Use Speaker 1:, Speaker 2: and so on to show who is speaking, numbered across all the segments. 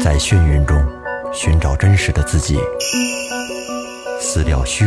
Speaker 1: 在眩晕中寻找真实的自己，撕掉虚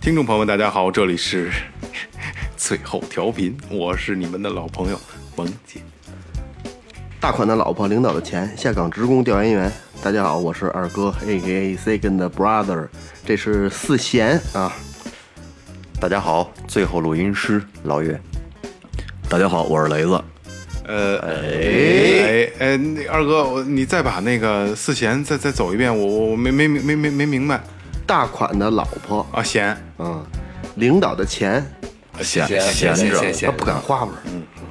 Speaker 2: 听众朋友们，大家好，这里是 最后调频，我是你们的老朋友萌姐。
Speaker 3: 大款的老婆，领导的钱，下岗职工，调研员。大家好，我是二哥，A K A Second Brother，这是四弦啊。
Speaker 1: 大家好，最后录音师老岳，
Speaker 4: 大家好，我是雷子。
Speaker 2: 呃，哎哎哎，那二哥，我你再把那个四弦再再走一遍，我我我没没没没没明白
Speaker 3: 大款的老婆，
Speaker 2: 啊，弦，
Speaker 3: 嗯，领导的钱，
Speaker 4: 闲
Speaker 5: 闲
Speaker 4: 着，
Speaker 5: 闲
Speaker 3: 他
Speaker 5: 闲
Speaker 3: 不敢花吧？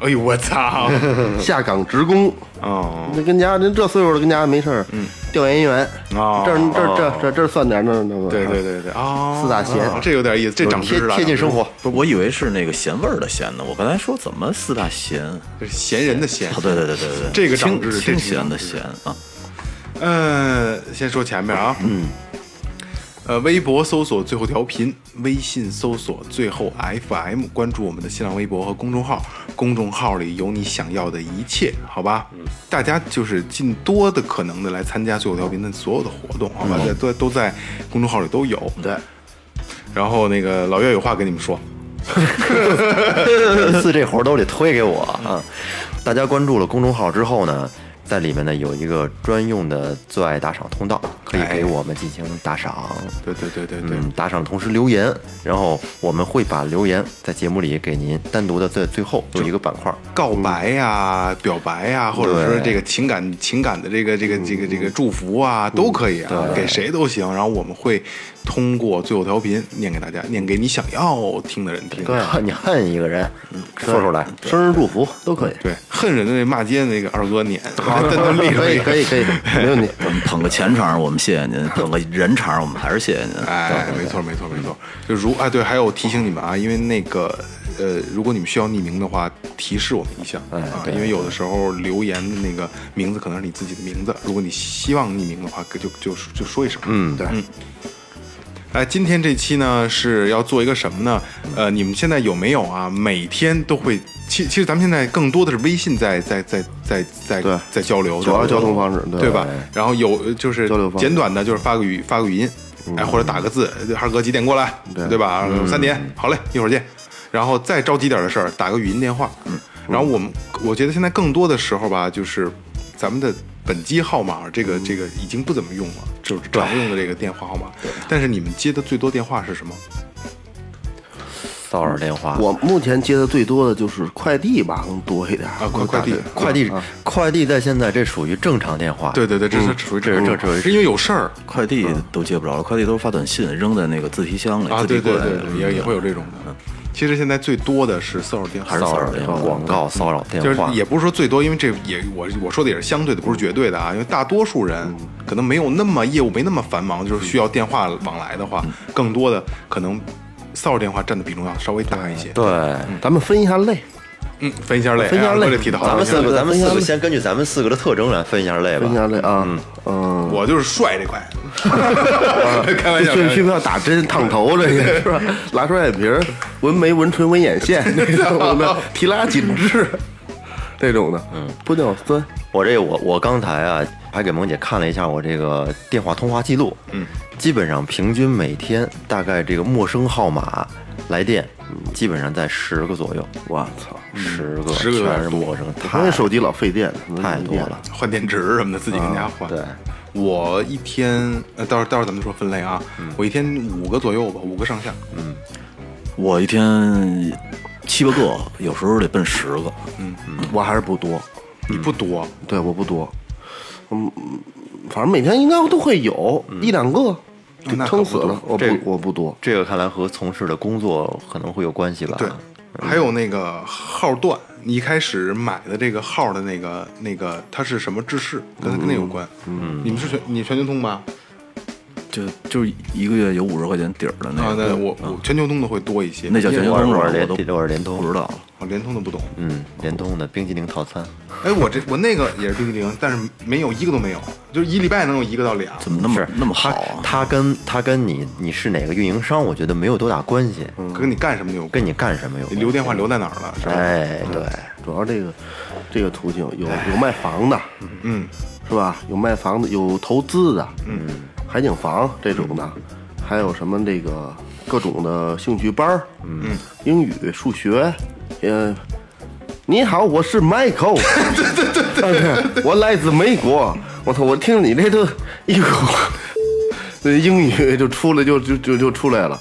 Speaker 2: 哎呦我 操，
Speaker 3: 下岗职工，
Speaker 2: 哦，
Speaker 3: 那跟家您这岁数了，跟家没事儿，调研员，
Speaker 2: 嗯哦
Speaker 3: 这儿这这这这算点儿那那个，
Speaker 2: 对对对对，哦，
Speaker 3: 四大弦
Speaker 2: 哦这有点意思，这长知识啊了，
Speaker 3: 贴贴近生活，
Speaker 4: 不是，我以为是那个咸味儿的咸呢。我刚才说怎么四大咸？
Speaker 2: 这是闲人的闲
Speaker 4: 啊，，对对对对对，
Speaker 2: 这个长
Speaker 4: 清
Speaker 2: 知识
Speaker 4: 清
Speaker 2: 这是
Speaker 4: 咸
Speaker 2: 长知
Speaker 4: 的
Speaker 2: 识
Speaker 4: 咸啊。
Speaker 2: 嗯，先说前面啊，嗯，呃，微博搜索最后调频，微信搜索最后 FM，关注我们的新浪微博和公众号，公众号里有你想要的一切，好吧？嗯，大家就是尽多的可能的来参加最后调频的所有的活动，好吧？在都都在公众号里都有。嗯对。然后那个老岳有话跟你们说，
Speaker 5: 这次这活儿都得推给我啊！大家关注了公众号之后呢，在里面呢有一个专用的最爱打赏通道，可以给我们进行打赏。
Speaker 2: 对对对对对，
Speaker 5: 嗯，打赏同时留言，然后我们会把留言在节目里给您单独的在最后有一个板 块。
Speaker 2: 告白呀、表白呀、或者说这个情感情感的这个这个这个这个祝福啊，都可以啊，给谁都行。然后我们会通过最后调频念给大家，念给你想要听的人听。
Speaker 3: 对
Speaker 5: 你恨一个人，说出来。
Speaker 3: 生日祝福都可以，
Speaker 2: 对恨人的那骂街的那个二哥 念，真的厉
Speaker 3: 可以
Speaker 2: 害。
Speaker 3: 可以可以，没问题。
Speaker 4: 我们捧个钱场，我们谢谢您；捧个人场，我们还是谢谢您。
Speaker 2: 哎，没错没错没错。就如啊对，还有提醒你们啊，因为那个呃，如果你们需要匿名的话，提示我们一下
Speaker 3: 嗯
Speaker 2: 啊，因为有的时候留言的那个名字可能是你自己的名字，如果你希望匿名的话，可就就就说一声。嗯，对，嗯。哎，今天这期呢是要做一个什么呢？呃，你们现在有没有啊？每天都会，其其实咱们现在更多的是微信在在在在在
Speaker 3: 对
Speaker 2: 在交流，
Speaker 3: 主要交通方式对
Speaker 2: 对吧？然后有就是
Speaker 3: 交流方式
Speaker 2: 简短的，就是发个语发个语音，哎，或者打个字，二哥几点过来，
Speaker 3: 对
Speaker 2: 对吧？二哥三点，好嘞，一会儿见。然后再着急点的事儿，打个语音电话。然后我们我觉得现在更多的时候吧，就是咱们的本机号码这个这个已经不怎么用了，就是常用的这个电话号码。但是你们接的最多电话是什么？
Speaker 5: 骚扰电话，
Speaker 3: 我目前接的最多的就是快递吧，更多一点
Speaker 2: 啊快快递
Speaker 3: 打
Speaker 5: 快递，快递在现在这属于正常电话。
Speaker 2: 对对对，这是属于
Speaker 5: 这这这
Speaker 2: 是因为有事儿
Speaker 4: 快递都接不着了，快递都是发短信扔在那个自提箱里，
Speaker 2: 啊，
Speaker 4: 自
Speaker 2: 对
Speaker 4: 提柜
Speaker 2: 对
Speaker 4: 里
Speaker 2: 对，对也也会有这种的。其实现在最多的是骚扰电话，嗯
Speaker 4: 还是骚扰电话。
Speaker 5: 广告骚扰电
Speaker 2: 就是
Speaker 5: 话，
Speaker 2: 也不是说最多，因为这也我我说的也是相对的，不是绝对的啊。因为大多数人
Speaker 5: 嗯
Speaker 2: 可能没有那么业务没那么繁忙，就是需要电话往来的
Speaker 5: 嗯
Speaker 2: 话，更多的可能骚扰电话占的比重要稍微大一些。
Speaker 5: 对。
Speaker 3: 咱们分一下类，
Speaker 2: 嗯，分一下类，
Speaker 3: 分一下
Speaker 2: 哎
Speaker 3: 类
Speaker 2: 我这提的好，
Speaker 5: 咱们四个，咱们四
Speaker 3: 分一下
Speaker 5: 个先根据咱们四个的特征来分一下类吧
Speaker 3: 分一。下类啊，嗯，
Speaker 2: 我就是帅这块， 开玩笑，开
Speaker 3: 这
Speaker 2: 玩
Speaker 3: 需
Speaker 2: 笑
Speaker 3: 不需要打针烫头了？这个是吧？拉双眼皮儿、纹眉、纹唇、纹眼线那种的，提拉紧致这种的，嗯，玻尿酸，
Speaker 5: 我这我我刚才啊，还给萌姐看了一下我这个电话通话记录，嗯，基本上平均每天大概这个陌生号码来电，基本上在十个左右，
Speaker 3: 我操！
Speaker 5: 十个
Speaker 2: 十个有点
Speaker 5: 全是陌生，
Speaker 3: 他那
Speaker 5: 太
Speaker 3: 手机老费电，
Speaker 5: 太多了。
Speaker 2: 换电池什么的，自己跟家换。
Speaker 5: 啊对，
Speaker 2: 我一天，呃，到时候到时候咱们说分类啊，
Speaker 5: 嗯
Speaker 2: 我一天五个左右吧，五个上下。
Speaker 4: 我一天七八个，有时候得奔十个。
Speaker 3: 我还是不多，
Speaker 2: 你不多，
Speaker 3: 对，我不多，嗯，嗯反正每天应该都会有一两个，
Speaker 2: 那可
Speaker 3: 撑
Speaker 2: 不
Speaker 3: 死
Speaker 2: 多
Speaker 3: 了，我不
Speaker 5: 这个
Speaker 3: 我不多。
Speaker 5: 这个看来和从事的工作可能会有关系吧？
Speaker 2: 对，还有那个号段，你一开始买的这个号的那个那个，它是什么制式，跟跟那有关。嗯，你们是全你全球通吧？
Speaker 4: 就就是一个月有五十块钱底儿
Speaker 5: 哎
Speaker 4: 的
Speaker 2: 啊
Speaker 4: 那，
Speaker 2: 那
Speaker 4: 个，
Speaker 2: 我
Speaker 5: 嗯
Speaker 2: 我全球通的会多一些。
Speaker 4: 那叫
Speaker 2: 因为
Speaker 4: 全球
Speaker 5: 我是
Speaker 4: 通
Speaker 5: 我
Speaker 4: 是吧
Speaker 5: 是联
Speaker 4: 我都
Speaker 5: 我是联通
Speaker 4: 不知道了。
Speaker 2: 我联通的不懂。
Speaker 5: 嗯，联通的冰激凌套餐，
Speaker 2: 哎，我这我那个也是冰激凌，但是没有一个都没有，就是一礼拜能有一个到俩。
Speaker 4: 怎么那么
Speaker 5: 是
Speaker 4: 那么好
Speaker 5: 它
Speaker 4: 啊？
Speaker 5: 它跟它跟你你是哪个运营商，我觉得没有多大关系，
Speaker 2: 跟你干什么有关？
Speaker 5: 嗯跟你干什么有
Speaker 2: 你
Speaker 5: 关系。
Speaker 2: 留电话留在哪儿了？是吧？
Speaker 5: 哎，对，
Speaker 3: 嗯主要这个这个途径有有卖房的，
Speaker 2: 嗯，
Speaker 3: 是吧？有卖房的，有投资的，嗯，海景房这种的，还有什么这个各种的兴趣班儿，嗯，英语、数学，呃，你好，我是 Michael，对 对对对，我来自美国。我操，我听你这都一口 那英语就出来，就就就就出来了。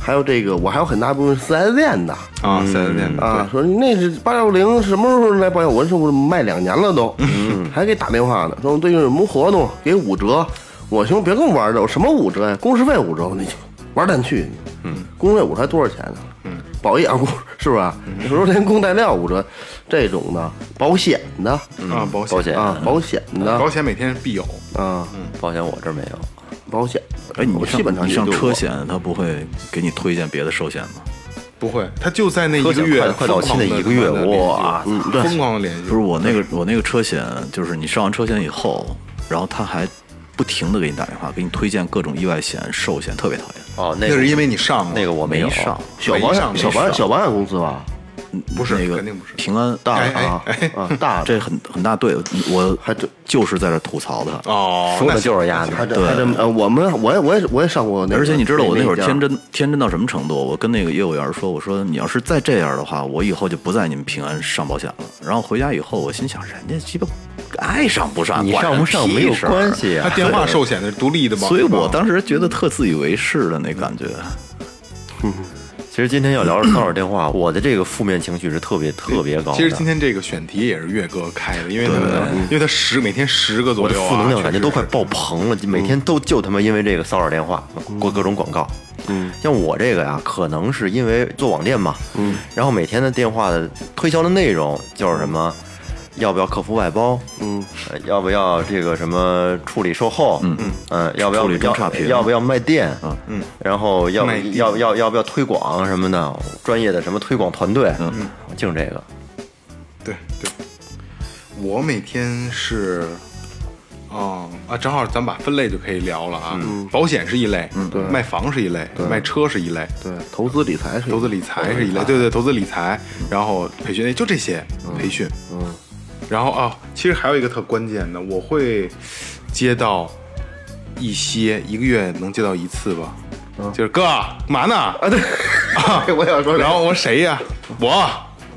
Speaker 3: 还有这个，我还有很大部分四 S 店的，
Speaker 5: 嗯
Speaker 2: 啊，四 S 店的
Speaker 3: 啊，说那是八幺零什么时候来保养？我说我卖两年了都，还给打电话呢，说我最近有什么活动给五折。我兄弟别跟我玩这，我什么五折呀、工时费五折，我那就玩蛋去。嗯，工时费五折还多少钱呢？嗯，保养工是吧？你说连工带料五折，这种的保险的
Speaker 2: 啊，保
Speaker 5: 嗯
Speaker 2: 嗯
Speaker 5: 保险
Speaker 3: 啊，保险
Speaker 2: 保
Speaker 3: 的
Speaker 2: 险每天必有。
Speaker 3: 啊，
Speaker 5: 保险我这儿没有，
Speaker 3: 保险。
Speaker 4: 哎，你
Speaker 3: 我基本上
Speaker 4: 上你
Speaker 3: 也
Speaker 4: 上
Speaker 3: 就
Speaker 4: 车险，他不会给你推荐别的寿险吗？
Speaker 2: 不会，他就在那一
Speaker 5: 特
Speaker 2: 个
Speaker 5: 想
Speaker 2: 月
Speaker 5: 快快到期
Speaker 2: 疯狂
Speaker 5: 那
Speaker 2: 地
Speaker 5: 一个月
Speaker 2: 跟他联系
Speaker 5: 哇
Speaker 2: 嗯
Speaker 4: 对
Speaker 2: 疯狂的联系。
Speaker 4: 不是我那个我那个车险，就是你上完车险以后，然后他还不停的给你打电话，给你推荐各种意外险、寿险，特别讨厌。
Speaker 5: 哦，那
Speaker 2: 那
Speaker 5: 个
Speaker 2: 是因为你上过
Speaker 5: 那个我没有
Speaker 4: 没上，
Speaker 3: 小保险小保险小保险公司吧？
Speaker 2: 不是
Speaker 4: 那个
Speaker 2: 肯定不是
Speaker 4: 平安
Speaker 3: 大
Speaker 4: 大，
Speaker 2: 哎
Speaker 3: 啊啊大的
Speaker 4: 这很很大对，我
Speaker 3: 还真
Speaker 4: 就是在这吐槽他。
Speaker 2: 哦，
Speaker 5: 说的就是鸭子，
Speaker 3: 还真
Speaker 4: 对
Speaker 3: 还真呃，我们我也我也我也上过那个，
Speaker 4: 而且你知道我那会儿
Speaker 3: 家
Speaker 4: 天真天真到什么程度？我跟那个业务员说：“我说你要是再这样的话，我以后就不在你们平安上保险了。”然后回家以后，我心想，人家鸡巴爱上不上，
Speaker 5: 你
Speaker 4: 管
Speaker 5: 上
Speaker 4: 人
Speaker 5: 不上
Speaker 4: 屁
Speaker 5: 没有
Speaker 4: 事儿啊
Speaker 5: 关。系
Speaker 2: 他
Speaker 5: 啊。
Speaker 2: 电话寿险的是独立的嘛，
Speaker 4: 所以我
Speaker 2: 是吧嗯
Speaker 4: 当时觉得特自以为是的那感觉。
Speaker 5: 其实今天要聊骚扰电话，我的这个负面情绪是特别特别高的，
Speaker 2: 其实今天这个选题也是岳哥开的，因为他因为他十每天十个
Speaker 5: 我
Speaker 2: 左
Speaker 5: 的
Speaker 2: 右啊，
Speaker 5: 负能量感
Speaker 2: 确
Speaker 5: 觉
Speaker 2: 实
Speaker 5: 都快爆棚了，每天都就他妈因为这个骚扰电话，过各种广告。嗯，像我这个呀，可能是因为做网店嘛，嗯，然后每天的电话的推销的内容就是什么，要不要客服外包？嗯，要不要这个什么处理售后？嗯嗯，要不要
Speaker 4: 处理中
Speaker 5: 要
Speaker 4: 差评
Speaker 5: 要不要卖店？嗯，然后要不
Speaker 2: 卖店
Speaker 5: 要要要不要推广什么的？专业的什么推广团队？嗯，净这个。
Speaker 2: 对对。我每天是，哦啊，正好咱把分类就可以聊了啊。
Speaker 5: 嗯
Speaker 2: 保险是一类，卖房是一类，卖车是一类，
Speaker 3: 对投资理财是
Speaker 2: 投资理财是一类，对对，投资理财，然后培训，哎就这些培训，嗯，然后啊，其实还有一个特关键的，我会接到一些一个月能接到一次吧，就是哥嘛呢嗯啊对，
Speaker 3: 我想说这个
Speaker 2: 然后 我谁呀？我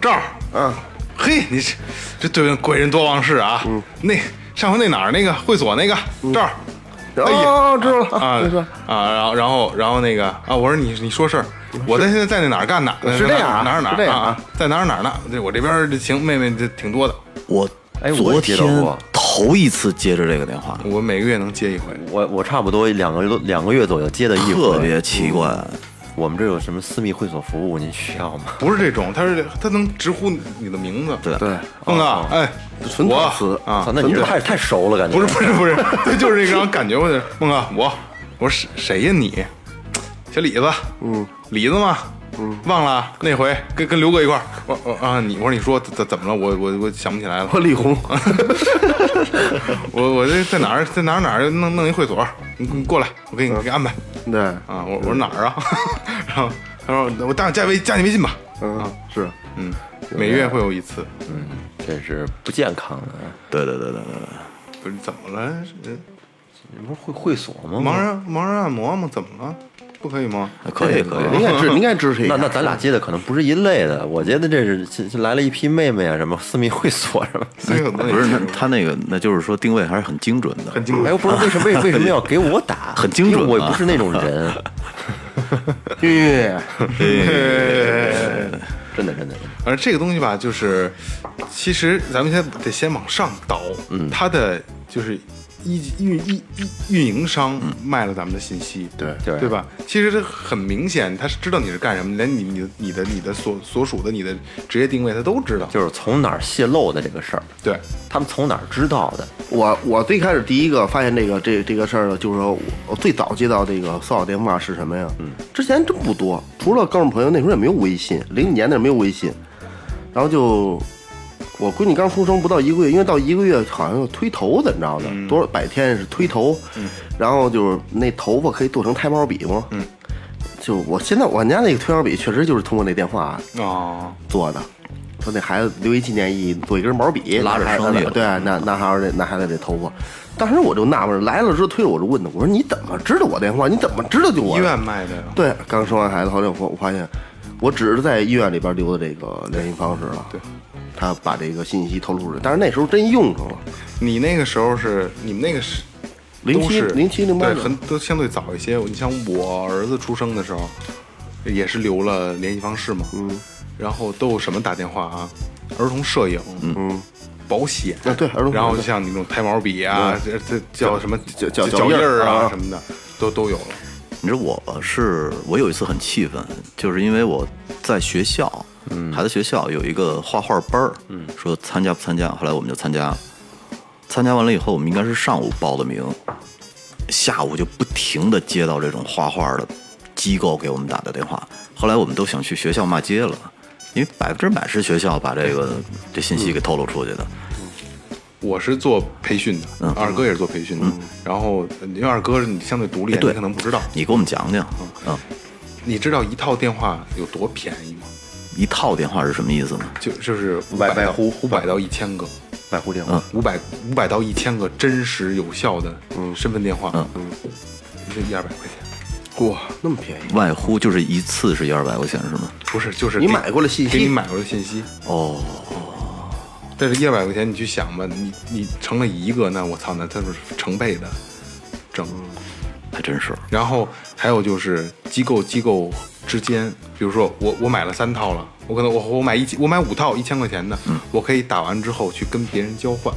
Speaker 2: 赵儿，
Speaker 3: 嗯，
Speaker 2: 嘿，你这这对贵人多忘事啊，那上回那哪儿那个会所那个赵儿，哎呀
Speaker 3: 哦，知道了
Speaker 2: 啊
Speaker 3: 没说
Speaker 2: 啊，然后然后然后那个啊，我说你你说事儿，我在现在在那哪儿干呢？
Speaker 3: 是这样啊
Speaker 2: 哪儿哪儿
Speaker 3: 是这样啊
Speaker 2: 啊？在哪儿哪儿呢？这我这边儿这行，妹妹这挺多的，
Speaker 4: 我
Speaker 5: 哎我
Speaker 4: 昨
Speaker 5: 也接到
Speaker 4: 天
Speaker 5: 过
Speaker 4: 头一次接着这个电话，
Speaker 2: 我每个月能接一回。
Speaker 5: 我我差不多两个两个月左右接的一回，
Speaker 4: 特别奇怪。
Speaker 5: 我们这有什么私密会所服务，您需要 吗？
Speaker 2: 不是这种，他是他能直呼你的名字。
Speaker 4: 对
Speaker 3: 对，哦
Speaker 2: 孟哥，哎，
Speaker 3: 纯
Speaker 2: 我
Speaker 3: 套词
Speaker 2: 啊
Speaker 5: 操，，那你是太太熟了，感觉
Speaker 2: 不是不是不 是，对，就是这种感觉。我就孟哥，我我说谁呀你？小李子，嗯，李子吗？嗯，忘了那回跟跟刘哥一块儿，我我啊你我说你说怎怎么了？我我我想不起来了。
Speaker 3: 我李红，
Speaker 2: 我我这在哪儿在哪儿哪儿弄弄一会所，你你过来，我给你
Speaker 3: 嗯
Speaker 2: 给安排
Speaker 3: 对，
Speaker 2: 啊。我我说哪儿 啊？然后他说我带加微加你微信吧。
Speaker 3: 嗯，是
Speaker 2: 嗯，每月会有一次，
Speaker 5: 这是不健康啊的。
Speaker 4: 对对对对对对，
Speaker 2: 不是怎么了？是
Speaker 5: 你不是会会所吗？
Speaker 2: 盲人盲人按摩吗？怎么了？不可以吗？哎
Speaker 4: 可以可以。
Speaker 3: 应该支应该支持一
Speaker 5: 那
Speaker 3: 下。
Speaker 5: 那咱俩接的可能不是一类的，我觉得这是这这来了一批妹妹啊，什么私密会所什么。
Speaker 2: 所以有东西
Speaker 4: 不是，那
Speaker 2: 吃
Speaker 4: 他那个，那就是说定位还是很精准的，
Speaker 2: 很精
Speaker 5: 哎，
Speaker 2: 彩
Speaker 5: 我不知道为什么为为什么要给我 打，
Speaker 4: 很精准啊
Speaker 5: 因为我也不是那种人，
Speaker 3: 对，
Speaker 5: 真的真的。真的
Speaker 2: 而这个东西吧，
Speaker 4: 嗯
Speaker 2: 就是其实咱们先得先往上倒，它的就是一运一一运营商
Speaker 4: 嗯
Speaker 2: 卖了咱们的信息，
Speaker 3: 对
Speaker 5: 对
Speaker 2: 对吧？其实这很明显，他是知道你是干什么，连你你的你的你的所所属的你的职业定位他都知道，
Speaker 5: 就是从哪儿泄露的这个事儿，
Speaker 2: 对，
Speaker 5: 他们从哪儿知道的？
Speaker 3: 我我最开始第一个发现这个这这个事儿呢，就是说我我最早接到这个骚扰电话是什么呀？嗯，之前真不多，除了哥们儿朋友，那时候也没有微信，零几年那时候没有微信，然后就我闺女刚出生不到一个月，因为到一个月好像有推头怎么着的，多少百天是推头，然后就是那头发可以做成胎毛笔吗？嗯，就我现在我们家那个推毛笔确实就是通过那电话
Speaker 2: 哦，
Speaker 3: 做的，说那孩子留一纪念意义，做一根毛笔，
Speaker 4: 拉着
Speaker 3: 那孩子
Speaker 4: 生命
Speaker 3: 对，那那孩子这那孩子这头发，当时我就纳闷，来了之后推着我就问他，我说你怎么知道我电话？你怎么知道就我
Speaker 2: 医？院卖的呀，
Speaker 3: 对，刚生完孩子，后来我我发现，我只是在医院里边留的这个联系方式了。
Speaker 2: 对，
Speaker 3: 他把这个信息透露出来，但是那时候真用上了，
Speaker 2: 你那个时候是你们那个是
Speaker 3: 07
Speaker 2: 都是
Speaker 3: 07 08
Speaker 2: 对，
Speaker 3: 的
Speaker 2: 很都相对早一些。你像我儿子出生的时候，也是留了联系方式嘛，嗯，然后都有什么打电话啊？儿童摄影，嗯，保险
Speaker 3: 啊对儿童摄影
Speaker 2: 然后像你那种胎毛笔啊，这这叫什么
Speaker 3: 脚脚
Speaker 2: 脚
Speaker 3: 脚印儿
Speaker 2: 儿啊
Speaker 3: 啊
Speaker 2: 什么的，都都有了。
Speaker 4: 你知道我是我有一次很气愤，就是因为我在学校，还在学校有一个画画班儿，说参加不参加，后来我们就参加了。参加完了以后，我们应该是上午报的名，下午就不停的接到这种画画的机构给我们打的电话。后来我们都想去学校骂街了，因为百分之百是学校把这个这信息给透露出去的。
Speaker 2: 我是做培训的，二哥也是做培训的。然后，因为二哥是你嗯相对独立，啊
Speaker 4: 哎
Speaker 2: 你
Speaker 4: 对
Speaker 2: 可能不知道。
Speaker 4: 你给我们讲讲，嗯，
Speaker 2: 你知道一套电话有多便宜吗？
Speaker 4: 一套电话是什么意思呢？
Speaker 2: 就就是五
Speaker 5: 外
Speaker 2: 百到
Speaker 5: 外呼
Speaker 2: 五百到一千个，
Speaker 5: 外呼电话。
Speaker 2: 五百五百到一千个真实有效的身份电话，嗯，就一二百块钱。哇，
Speaker 3: 那么便宜。
Speaker 4: 外呼就是一次是一二百块钱是吗？
Speaker 2: 不是，就是
Speaker 3: 你
Speaker 2: 给
Speaker 3: 买过的信息
Speaker 2: 给你买过的信息。
Speaker 4: 哦，
Speaker 2: 但是一二百块钱，你去想吧，你你成了一个，那我操，那它是成倍的挣。
Speaker 4: 嗯还真是。
Speaker 2: 然后还有就是机构机构之间，比如说我我买了三套了，我可能我我买一我买五套一千块钱的，
Speaker 4: 嗯
Speaker 2: 我可以打完之后去跟别人交换，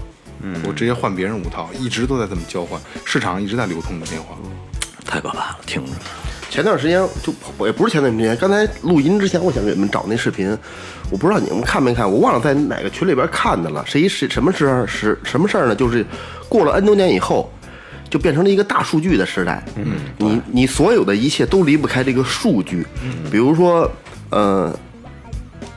Speaker 2: 我直接换别人五套，一直都在这么交换，市场一直在流通的电话，
Speaker 4: 太可怕了，听着。
Speaker 3: 前段时间就我也不是前段时间，刚才录音之前，我想给你们找那视频，我不知道你们看没看，我忘了在哪个群里边看的了。谁是什么事儿是什么事儿呢？就是过了 N 多年以后，就变成了一个大数据的时代。嗯，你你所有的一切都离不开这个数据。嗯，比如说，呃，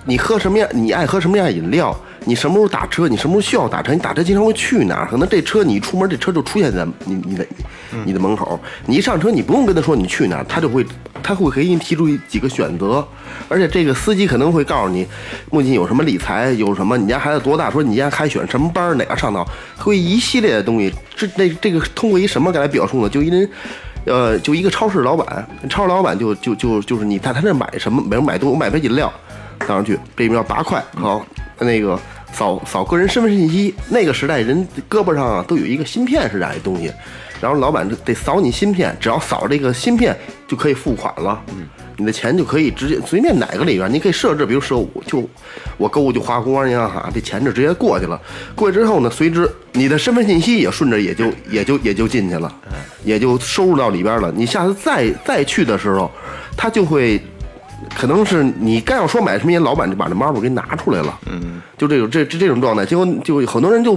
Speaker 3: 你喝什么样，你爱喝什么样饮料，你什么时候打车，你什么时候需要打车，你打车经常会去哪儿？可能这车你一出门，这车就出现在你你的你的门口。你一上车，你不用跟他说你去哪儿，他就会他会给你提出几个选择，而且这个司机可能会告诉你，目前有什么理财，有什么你家孩子多大，说你家还选什么班儿，哪个上到，会一系列的东西。这那这个通过一什么来表述呢？就一人。呃，就一个超市老板，超市老板就就就就是你在他那儿买什么，比如买东西，我买杯饮料，当上去，这一秒八块，好，那个扫扫个人身份信息，那个时代人胳膊上啊都有一个芯片是啥的东西，然后老板得扫你芯片，只要扫这个芯片就可以付款了，嗯，你的钱就可以直接随便哪个里边，你可以设置，比如说我就我购物就花公安银行卡，这钱就直接过去了，过去之后呢，随之你的身份信息也顺着也就也就也就进去了，也就收入到里边了，你下次再再去的时候，他就会。可能是你刚要说买什么，人老板就把这 marble 给拿出来了，嗯，就这种这这这种状态，结果就很多人就，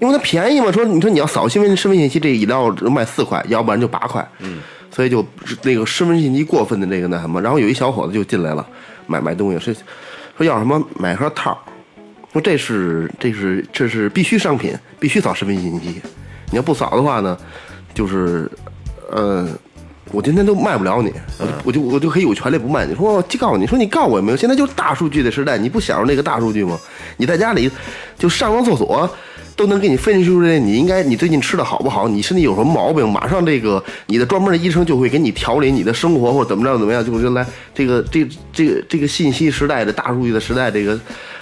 Speaker 3: 因为它便宜嘛，说你说你要扫身份身份信息，这饮料只卖四块，要不然就八块，嗯，所以就那个身份信息过分的那个那什么，然后有一小伙子就进来了，买买东西说说要什么买盒套，说这是这是这是必须商品，必须扫身份信息，你要不扫的话呢，就是呃，我今天都卖不了你，我就我就我就可以有权利不卖你。说我告诉你，说你告我也没有。现在就是大数据的时代，你不享受那个大数据吗？你在家里就上个厕所都能给你分析出来，你应该你最近吃的好不好，你身体有什么毛病，马上这个你的专门的医生就会给你调理你的生活或者怎么着怎么样，就是来这个这这个这个信息时代的大数据的时代这个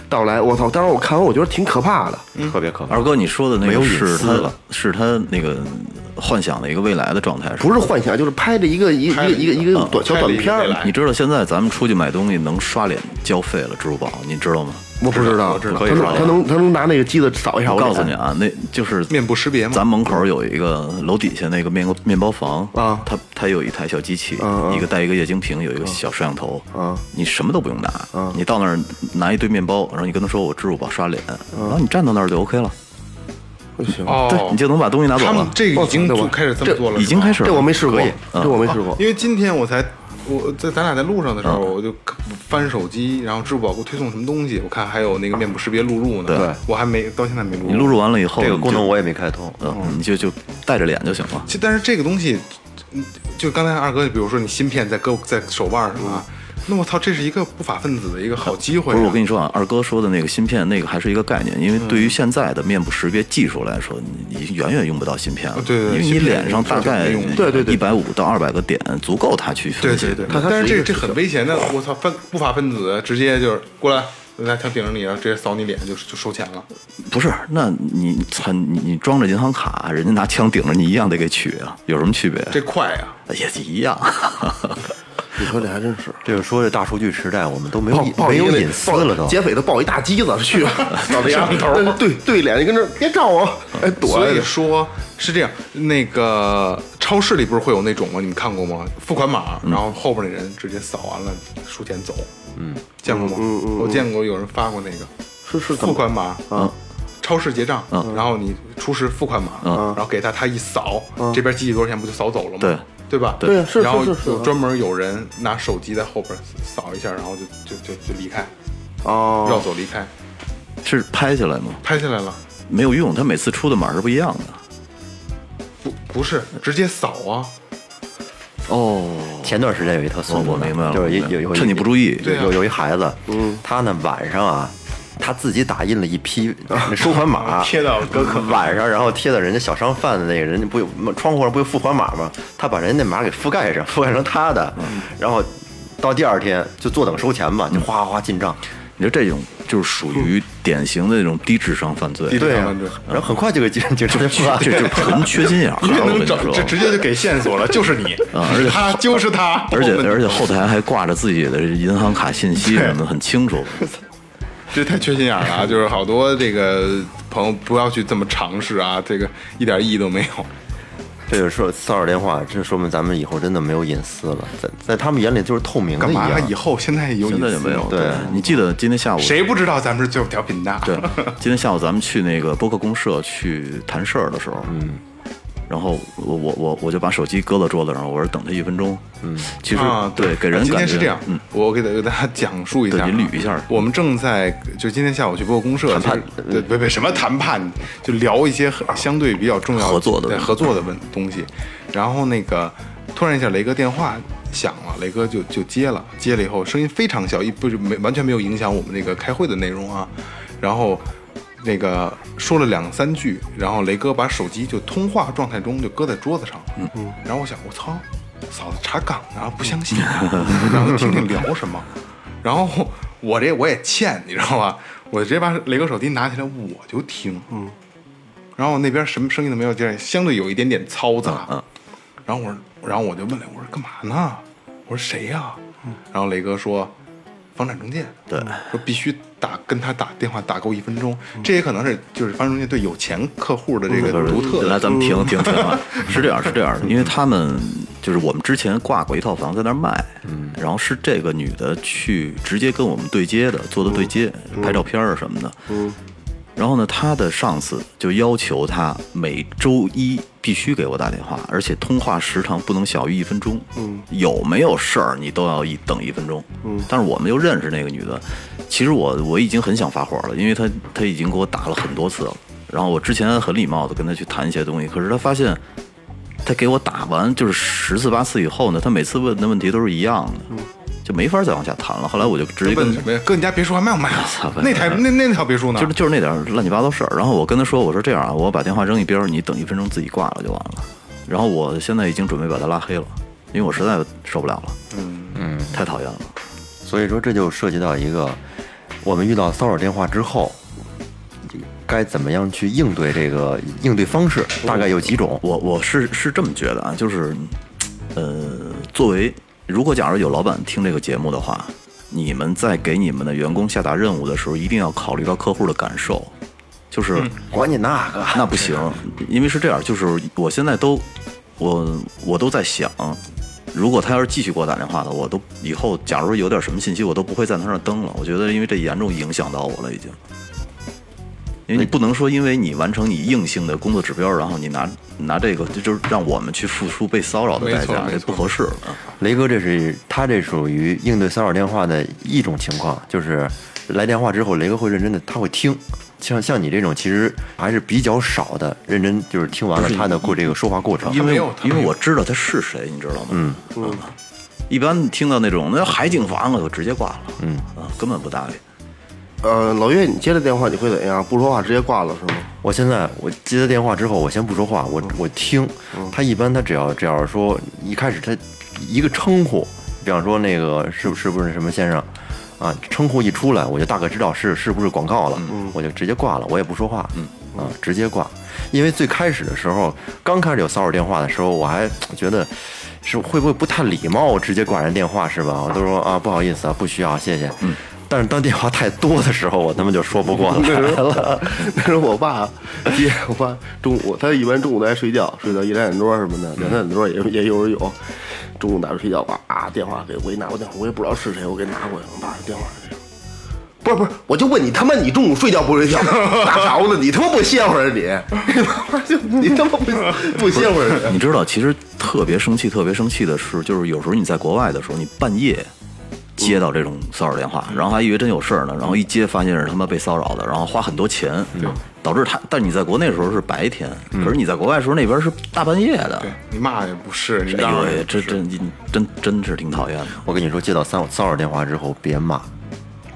Speaker 3: 到来，我操！当时我
Speaker 5: 嗯
Speaker 3: 看完我觉得挺可怕的。
Speaker 5: 特别可怕。
Speaker 4: 二哥，你说的那
Speaker 5: 没有
Speaker 4: 个
Speaker 5: 隐
Speaker 4: 是
Speaker 5: 私
Speaker 4: 他
Speaker 5: 了
Speaker 4: 是他那个幻想的一个未来的状态是。
Speaker 3: 不是幻想，就是拍着一个一一
Speaker 2: 拍
Speaker 3: 个
Speaker 2: 着
Speaker 3: 一个一个
Speaker 2: 嗯
Speaker 3: 短小
Speaker 2: 拍着
Speaker 3: 短
Speaker 2: 一个
Speaker 3: 片儿
Speaker 2: 未来
Speaker 4: 你知道现在咱们出去买东西能刷脸交费了，支付宝，你知道吗？
Speaker 3: 我不知道，
Speaker 2: 我知道
Speaker 3: 他
Speaker 2: 可以
Speaker 3: 能
Speaker 2: 说
Speaker 3: 他能他能拿那个机子扫一下
Speaker 4: 我
Speaker 3: 我
Speaker 4: 告诉你
Speaker 3: 脸
Speaker 4: 啊，那就是
Speaker 2: 面部识别嘛
Speaker 4: 咱门口有一个楼底下那个面包面包房
Speaker 3: 啊
Speaker 4: 它它有一台小机器，一个带一个液晶屏，有一个小摄像头
Speaker 3: 啊，
Speaker 4: 你什么都不用拿，你到那儿拿一堆面包，然后你跟他说我支付宝刷脸，然后你站到那儿就 OK 了，
Speaker 3: 不行，
Speaker 4: 对，
Speaker 2: 哦
Speaker 4: 你，就能把东西拿走
Speaker 2: 他们
Speaker 4: 了，
Speaker 2: 这个已经做开始这么做了，
Speaker 4: 已经
Speaker 2: 是吧
Speaker 4: 开始了
Speaker 3: 这我没试过
Speaker 4: 可以，嗯
Speaker 3: 这我没试过。
Speaker 2: 因为今天我才我在咱俩在路上的时候，
Speaker 4: 嗯
Speaker 2: 我就翻手机，然后支付宝给我推送什么东西，我看还有那个面部识别录入呢，
Speaker 4: 对，
Speaker 2: 我还没到现在没录入。
Speaker 4: 你录入完了以后，
Speaker 5: 这个功能
Speaker 4: 你就
Speaker 5: 我也没开通。
Speaker 4: 嗯，你就就带着脸就行了。
Speaker 2: 其但是这个东西，嗯就刚才二哥，比如说你芯片在胳膊在手腕上啊，那我操，这是一个不法分子的一个好机会、啊。嗯
Speaker 4: 嗯不是我跟你说啊，二哥说的那个芯片，那个还是一个概念，因为对于现在的面部识别技术来说，你已经远远用不到芯片了。
Speaker 2: 哦对对对
Speaker 4: 因为你
Speaker 2: 芯片
Speaker 4: 脸上大概
Speaker 2: 是没用的
Speaker 3: 对对对
Speaker 4: 一百五到二百个点足够他去
Speaker 2: 对
Speaker 4: 分析。
Speaker 2: 对对，
Speaker 3: 它它
Speaker 2: 但
Speaker 3: 是
Speaker 2: 是
Speaker 3: 一
Speaker 2: 这
Speaker 3: 个
Speaker 2: 这
Speaker 3: 指
Speaker 2: 很
Speaker 3: 标
Speaker 2: 危险的，我操，分不法分子直接就是过来。来，他顶着你，然后直接扫你脸，就就收钱了。
Speaker 4: 不是，那你他你你装着银行卡，人家拿枪顶着你一样得给取啊，有什么区别？
Speaker 2: 这快啊呀、
Speaker 4: 也是一样。
Speaker 3: 你说这还真是。
Speaker 5: 这个说这大数据时代，我们都没有
Speaker 3: 抱
Speaker 5: 隐
Speaker 3: 抱
Speaker 5: 没
Speaker 3: 一个
Speaker 5: 有
Speaker 3: 那
Speaker 5: 隐私了都
Speaker 3: 抱。劫匪都抱一大机子去，到
Speaker 5: 啊
Speaker 3: 这样头，那对对脸就跟这儿别照我，哎躲
Speaker 2: 所
Speaker 3: 着
Speaker 2: 以。说是这样，那个超市里不是会有那种吗？你们看过吗？付款码，然后后边那人直接扫完了，数钱走。嗯，见过吗？嗯嗯，我见过有人发过那个，
Speaker 3: 是是
Speaker 2: 付
Speaker 3: 怎么？
Speaker 2: 款码，嗯，超市结账，嗯，然后你出示付款码，嗯，然后给他，他一扫，这边机器多少钱不就扫走了吗？
Speaker 4: 对，
Speaker 2: 对吧？
Speaker 4: 对
Speaker 3: 对是
Speaker 2: 然后
Speaker 3: 是是是
Speaker 2: 有专门有人拿手机在后边扫一下，然后就就就就离开，绕
Speaker 3: 哦，
Speaker 2: 走离开，
Speaker 4: 是拍下来吗？
Speaker 2: 拍下来了。
Speaker 4: 没有用，他每次出的码是不一样的。
Speaker 2: 不不是直接扫啊，
Speaker 4: 哦，
Speaker 5: 前段时间有一特孙子呢，
Speaker 4: 我明白了
Speaker 5: 就是
Speaker 4: 我明白
Speaker 5: 有
Speaker 4: 了
Speaker 5: 有
Speaker 4: 趁你不注意
Speaker 2: 对啊
Speaker 5: 有有一孩子，他呢晚上啊，他自己打印了一批收 款码，
Speaker 2: 贴到隔
Speaker 5: 可晚上，然后贴到人家小商贩的那个人家不有窗户上不有付款码吗？他把人家那码给覆盖上，覆盖成他的，然后到第二天就坐等收钱嘛，就哗哗哗进账，
Speaker 4: 你说这种就是属于典型的那种低智商犯罪，
Speaker 2: 低智
Speaker 5: 对
Speaker 2: 商
Speaker 5: 呀
Speaker 2: 犯罪，
Speaker 5: 然后很快就给警警察就破案
Speaker 4: 这就纯缺心眼儿。 啊
Speaker 2: 你可
Speaker 4: 我跟
Speaker 2: 能
Speaker 4: 你
Speaker 2: 找
Speaker 4: 说啊
Speaker 2: 这直接就给线索了，就是你，
Speaker 4: 而且
Speaker 2: 他就是他，
Speaker 4: 啊而且
Speaker 2: 我们
Speaker 4: 而且后台还挂着自己的银行卡信息什么的，很清 楚。
Speaker 2: 这太缺心眼儿了啊！就是好多这个朋友不要去这么尝试啊，这个一点意义都没有。
Speaker 5: 这就说骚扰电话，这说明咱们以后真的没有隐私了，在在他们眼里就是透明的
Speaker 2: 干
Speaker 5: 一
Speaker 2: 嘛？
Speaker 5: 样
Speaker 2: 以。后现在有隐
Speaker 4: 现在
Speaker 2: 私
Speaker 4: 就没有。
Speaker 2: 了
Speaker 5: 对
Speaker 4: 你记得今天下午
Speaker 2: 谁不知道咱们是最后调频的？
Speaker 4: 对， 今天下午咱们去那个播客公社去谈事儿的时候，嗯，然后我我我我就把手机搁到桌子上，我说等他一分钟，嗯，其实
Speaker 2: 啊，
Speaker 4: 对给人
Speaker 2: 今
Speaker 4: 感
Speaker 2: 天是这
Speaker 4: 觉
Speaker 2: 样，
Speaker 4: 嗯，
Speaker 2: 我给大给大家讲述一下啊，
Speaker 4: 对你捋一下
Speaker 2: 我们正在就今天下午去播客公社谈判，其实对，别别什么谈判，就聊一些很相对比较重要
Speaker 4: 合作的
Speaker 2: 对
Speaker 4: 问题
Speaker 2: 合作的问东西。然后那个突然一下，雷哥电话响了，雷哥就就接了，接了以后声音非常小，一不是没完全没有影响我们那个开会的内容啊。然后那个说了两三句，然后雷哥把手机就通话状态中就搁在桌子上了。嗯嗯。然后我想，我操，嫂子查岗呢，不相信，然后听听聊什么。然后我这我也欠，你知道吧？我直接把雷哥手机拿起来，我就听。嗯。然后那边什么声音都没有，就是相对有一点点嘈杂。
Speaker 4: 嗯
Speaker 2: 然后我说，然后我就问雷，我说干嘛呢？我说谁呀、
Speaker 4: 嗯
Speaker 2: 然后雷哥说，房产中介。对，说必须打跟他打电话打够一分钟，
Speaker 4: 嗯
Speaker 2: 这也可能是就是房产中介对有钱客户的这个独特的。
Speaker 4: 来，嗯
Speaker 2: 嗯
Speaker 4: 咱们停停停啊！是这样，是这样的，因为他们就是我们之前挂过一套房在那儿卖，嗯，然后是这个女的去直接跟我们对接的，做的对接，拍照片儿啊什么的，嗯，然后呢，她的上司就要求她每周一必须给我打电话，而且通话时长不能小于一分钟，嗯，有没有事儿你都要一等一分钟，嗯，但是我们又认识那个女的，其实我我已经很想发火了，因为她她已经给我打了很多次了。然后我之前很礼貌的跟他去谈一些东西，可是他发现，他给我打完就是十次八次以后呢，他每次问的问题都是一样的，就没法再往下谈了。后来我就直接跟
Speaker 2: 问什么呀？哥，你家别墅还卖不卖 啊
Speaker 4: 操？
Speaker 2: 那台那那套别墅呢？
Speaker 4: 就是就是那点儿乱七八糟事儿。然后我跟他说，我说这样啊，我把电话扔一边儿，你等一分钟自己挂了就完了。然后我现在已经准备把他拉黑了，因为我实在受不了了，嗯嗯，太讨厌了。
Speaker 5: 所以说这就涉及到一个，我们遇到骚扰电话之后，该怎么样去应对这个应对方式，大概有几种。
Speaker 4: 我我是是这么觉得啊，就是，呃，作为如果假如有老板听这个节目的话，你们在给你们的员工下达任务的时候，一定要考虑到客户的感受，就是。
Speaker 5: 管你那个，
Speaker 4: 那不行，因为是这样，就是我现在都，我我都在想，如果他要是继续给我打电话的，我都以后假如有点什么信息，我都不会在他那儿登了。我觉得因为这严重影响到我了，已经。因为你不能说，因为你完成你硬性的工作指标，然后你拿拿这个，这就是让我们去付出被骚扰的代价，
Speaker 2: 没错没
Speaker 4: 这
Speaker 2: 错
Speaker 4: 不合适。啊
Speaker 5: 雷哥，这是他这属于应对骚扰电话的一种情况，就是来电话之后，雷哥会认真的，他会听。像像你这种，其实还是比较少的，认真就是听完了他的过这个说话过程。
Speaker 4: 因
Speaker 2: 没
Speaker 4: 为
Speaker 2: 有他
Speaker 4: 因
Speaker 2: 没
Speaker 4: 为
Speaker 2: 有
Speaker 4: 我知道他是谁，你知道吗？嗯一般听到那种那海景房，我就直接挂了。嗯啊，根本不搭理。
Speaker 3: 呃，老岳，你接了电话你会怎样？不说话直接挂了是吗？
Speaker 5: 我现在我接他电话之后，我先不说话，我我听。他一般他只要只要说一开始他一个称呼，比方说那个是不是不是什么先生啊，称呼一出来，我就大概知道是是不是广告了，我就直接挂了，我也不说话，啊，直接挂。因为最开始的时候，刚开始有骚扰电话的时候，我还觉得是会不会不太礼貌，直接挂人电话是吧？我都说啊不好意思啊，不需要，谢谢。但是当电话太多的时候，我他妈就说 不过来
Speaker 3: 那时
Speaker 5: 了。
Speaker 3: 候，那时候我爸接我爸中午，他一般中午都爱睡觉，睡到一两点多什么的，
Speaker 5: 嗯
Speaker 3: 两三点多也也有时候有。中午打着睡觉吧，啊，电话给我一拿过电话，我也不知道是谁，我给拿过去，我爸电话给我不是不是，我就问你他妈你中午睡觉不睡觉？ 大勺子，你他妈不歇会儿你？ 你他妈不 不歇会 儿你？
Speaker 4: 你知道，其实特别生气、特别生气的是，就是有时候你在国外的时候，你半夜接到这种骚扰电话，
Speaker 5: 嗯
Speaker 4: 然后还以为真有事儿呢，然后一接发现是他妈被骚扰的，然后花很多钱，
Speaker 5: 嗯
Speaker 4: 导致他。但你在国内的时候是白天，可是你在国外的时候那边是大半夜的
Speaker 2: 对。你骂也不是，你
Speaker 4: 哎
Speaker 2: 嚷
Speaker 4: 呦
Speaker 2: 嚷也
Speaker 4: 喂，
Speaker 2: 不
Speaker 4: 这
Speaker 2: 是
Speaker 4: 这你你真真是挺讨厌的。
Speaker 5: 我跟你说，接到骚骚扰电话之后，别骂，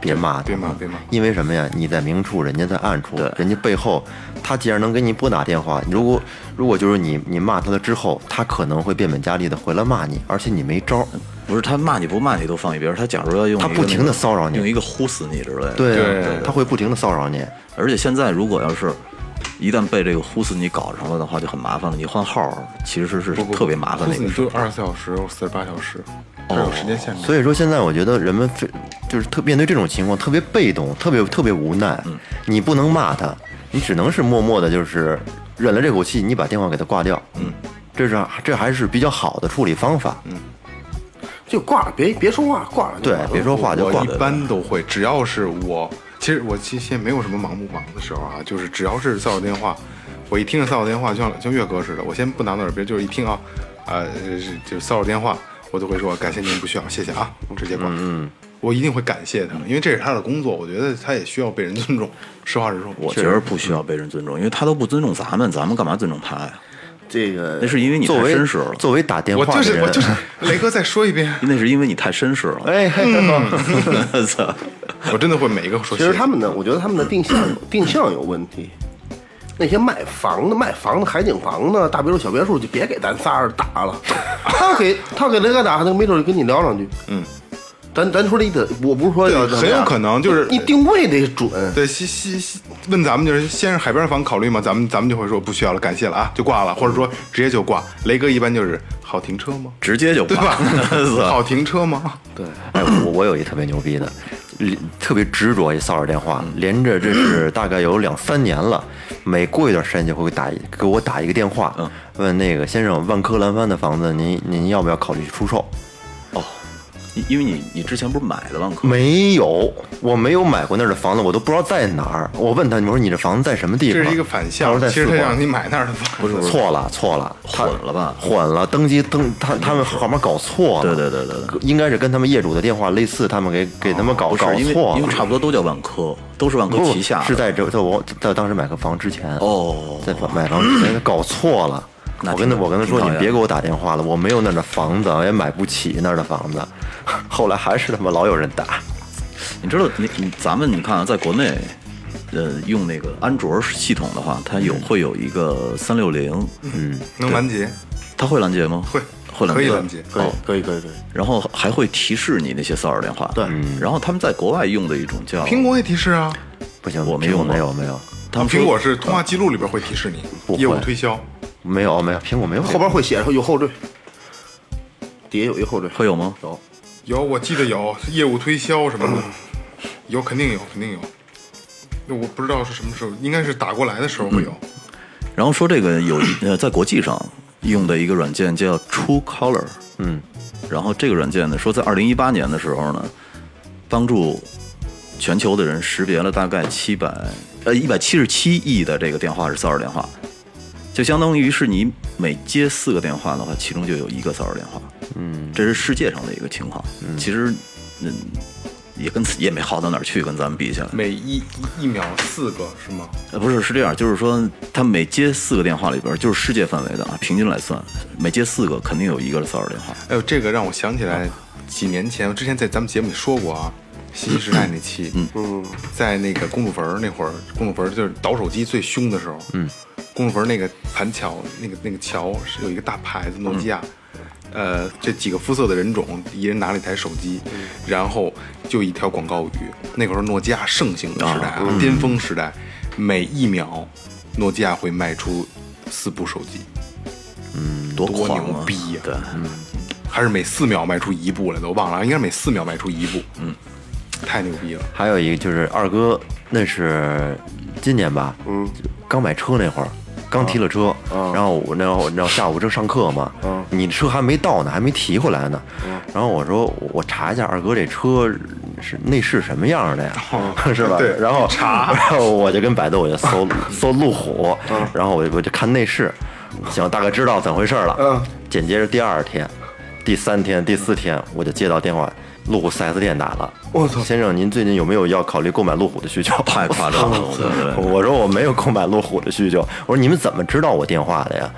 Speaker 5: 别骂，
Speaker 2: 别骂别骂
Speaker 5: 因为什么呀？你在明处，人家在暗处，人家背后，他既然能给你拨打电话，如果如果就是你你骂他了之后，他可能会变本加厉的回来骂你，而且你没招儿。
Speaker 4: 不是他骂你不骂你都放一边儿，他假如要用
Speaker 5: 他
Speaker 4: 一个
Speaker 5: 不停地
Speaker 4: 那个
Speaker 5: 骚扰你
Speaker 4: 用一个呼死你之类的。
Speaker 5: 对啊，
Speaker 2: 对
Speaker 5: 他会不停的骚扰你。
Speaker 4: 而且现在如果要是一旦被这个呼死你搞上了的话，就很麻烦了。你换号儿其实是
Speaker 2: 不不
Speaker 4: 特别麻烦的一
Speaker 2: 你
Speaker 4: 个事
Speaker 2: 就
Speaker 4: 儿。
Speaker 2: 二十四小时或四十八小时，它有时间限制。
Speaker 5: 哦所以说，现在我觉得人们非就是特面对这种情况特别被动，特别特别无奈。你不能骂他，你只能是默默的，就是忍了这口气，你把电话给他挂掉。嗯，这是这还是比较好的处理方法。嗯，
Speaker 3: 就挂了，别别说话，挂了就
Speaker 5: 对
Speaker 3: 挂了。，
Speaker 5: 别说话就挂
Speaker 2: 我。一般都会，只要是我，其实我其实现在没有什么忙不忙的时候啊，就是只要是骚扰电话，我一听着骚扰电话，就像像岳哥似的，我先不拿到耳边，就是一听啊，呃，是就是骚扰电话，我都会说感谢您，不需要，谢谢啊，直接挂。嗯，我一定会感谢他，因为这是他的工作，我觉得他也需要被人尊重。实话实说，
Speaker 4: 我觉得不需要被人尊重，因为他都不尊重咱们，咱们干嘛尊重他呀？
Speaker 3: 这个
Speaker 4: 那是因为你太
Speaker 5: 作为
Speaker 4: 绅士了，
Speaker 5: 作为打电
Speaker 2: 我
Speaker 5: 话
Speaker 2: 就
Speaker 5: 的
Speaker 2: 是
Speaker 5: 人，
Speaker 2: 我 就是雷哥，再说一遍，
Speaker 4: 那是因为你太绅士了。
Speaker 5: 哎，嘿
Speaker 4: 操！
Speaker 2: 我真的会每一个说谢谢。
Speaker 3: 其实他们的，我觉得他们的定向有定向有问题。那些卖房的、卖房的、海景房的、大别墅、小别墅，就别给咱仨儿打了。他给他给雷哥打，那没准就跟你聊两句。嗯，咱咱说这得，我不是说
Speaker 2: 对
Speaker 3: 要怎么
Speaker 2: 很有
Speaker 3: 样
Speaker 2: 可能就是
Speaker 3: 你定位得准。
Speaker 2: 对，西西西，问咱们就是先是海边房考虑吗？咱们咱们就会说不需要了，感谢了啊，就挂了，或者说直接就挂。雷哥一般就是好停车吗？
Speaker 4: 直接就
Speaker 2: 对
Speaker 4: 挂？
Speaker 2: 吧
Speaker 4: 操
Speaker 2: 好停车吗？
Speaker 5: 哎，我我有一特别牛逼的，连特别执着一骚扰电话，
Speaker 2: 嗯
Speaker 5: 连着这是大概有两三年了，每过一段时间就会打一给我打一个电话，
Speaker 2: 嗯
Speaker 5: 问那个先生，万科蓝帆的房子，您您要不要考虑出售？
Speaker 4: 哦，因因为你你之前不是买的万
Speaker 5: 嗯
Speaker 2: 嗯
Speaker 4: 科？
Speaker 5: 没有，我没有买过那儿的房子，我都不知道在哪儿。我问他，我说你这房子在什么地方？
Speaker 2: 这是一个反
Speaker 5: 他
Speaker 2: 向，
Speaker 5: 说在
Speaker 2: 其实
Speaker 5: 四
Speaker 2: 他
Speaker 5: 环
Speaker 2: 让你买那儿的房，不是
Speaker 5: 错了，错了，他
Speaker 4: 混了吧？
Speaker 5: 混了，登记登他他们号码搞错了。
Speaker 4: 对对对对对，哦
Speaker 5: 应该是跟他们业主的电话类似，他们给给他们搞、
Speaker 4: 不是
Speaker 5: 搞
Speaker 4: 因为
Speaker 5: 错了，
Speaker 4: 因为差不多都叫万科，都是万科
Speaker 5: 不
Speaker 4: 旗下的。
Speaker 5: 是在这在我在当时买个房之前，
Speaker 4: 哦，
Speaker 5: 在房买房之 前他搞错了。
Speaker 4: 那
Speaker 5: 我跟他
Speaker 4: 挺
Speaker 5: 我跟他说，
Speaker 4: 挺
Speaker 5: 你
Speaker 4: 讨厌
Speaker 5: 别给我打电话了，我没有那儿的房子，我也买不起那儿的房子。 后来还是他妈老有人打，
Speaker 4: 你知道，你你咱们你看啊，在国内，呃，用那个安卓系统的话，它有会有一个三六零，嗯，
Speaker 2: 能拦截，
Speaker 4: 它会拦截吗？
Speaker 2: 会
Speaker 4: 会拦
Speaker 2: 可
Speaker 4: 截，哦
Speaker 2: 以拦截。
Speaker 3: 可以，可以，可以，可以。
Speaker 4: 然后还会提示你那些骚扰电话。
Speaker 3: 对，
Speaker 4: 然后他们在国外用的一种叫
Speaker 2: 苹果也提示啊，
Speaker 5: 不行，
Speaker 4: 我没
Speaker 5: 苹果
Speaker 4: 用过
Speaker 5: 没有没有，
Speaker 4: 他们说
Speaker 2: 苹果是通话记录里边会提示
Speaker 5: 不
Speaker 2: 你
Speaker 5: 会
Speaker 2: 业务推销，
Speaker 5: 没有没有，苹果没有这个
Speaker 3: 后边会写有后缀，底下有一后缀，
Speaker 4: 会有吗？
Speaker 3: 有
Speaker 2: 有我记得有业务推销什么的，有肯定有肯定有。那我不知道是什么时候，应该是打过来的时候会有。
Speaker 4: 然后说这个有一 呃，在国际上用的一个软件叫 Truecaller，
Speaker 5: 嗯，
Speaker 4: 然后这个软件呢，说在二零一八年的时候呢，帮助全球的人识别了大概七百呃一百七十七亿的这个电话是骚扰电话，就相当于是你每接四个电话的话，其中就有一个骚扰电话。嗯，这是世界上的一个情况。嗯，其实嗯也跟也没好到哪儿去，跟咱们比起来。
Speaker 2: 每一一秒四个是吗？
Speaker 4: 呃，不是，是这样，就是说，他每接四个电话里边儿，就是世界范围的啊，平均来算，每接四个肯定有一个是骚扰电话。
Speaker 2: 哎呦，这个让我想起来几年前，我之前在咱们节目里说过啊，信息时 代那期，嗯，在那个公主坟儿那会儿，公主坟儿就是倒手机最凶的时候，嗯，公主坟儿那个盘桥，那个那个桥是有一个大牌子，诺基亚。呃，这几个肤色的人种，一人拿了一台手机，然后就一条广告语。那会儿诺基亚盛行的时代啊，巅峰时代，每一秒，诺基亚会卖出四部手机。
Speaker 4: 多
Speaker 2: 多
Speaker 4: 狂
Speaker 2: 牛
Speaker 4: 啊！
Speaker 2: 逼呀
Speaker 4: 对，
Speaker 2: 还是每四秒迈出一步来的，我忘了，应该是每四秒迈出一步。嗯，太牛逼了！
Speaker 5: 还有一个就是二哥，那是今年吧，
Speaker 3: 嗯，
Speaker 5: 刚买车那会儿，刚提了车，然后我然后然后下午正上课嘛，
Speaker 3: 嗯
Speaker 5: 你车还没到呢，还没提回来呢，然后我说我查一下二哥这车是内饰什么样的呀， 是吧？
Speaker 2: 对
Speaker 5: 然后查，然后我就跟百度我就搜搜路虎，然后我就我就看内饰，行，大概知道怎么回事了。
Speaker 3: 嗯，
Speaker 5: 紧接着第二天、第三天、第四天，我就接到电话，路虎 4S 店打了。
Speaker 3: 我操
Speaker 5: 先生，您最近有没有要考虑购买路虎的需求？
Speaker 4: 太夸张 了我觉得
Speaker 5: 我说我没有购买路虎的需求。我说你们怎么知道我电话的呀？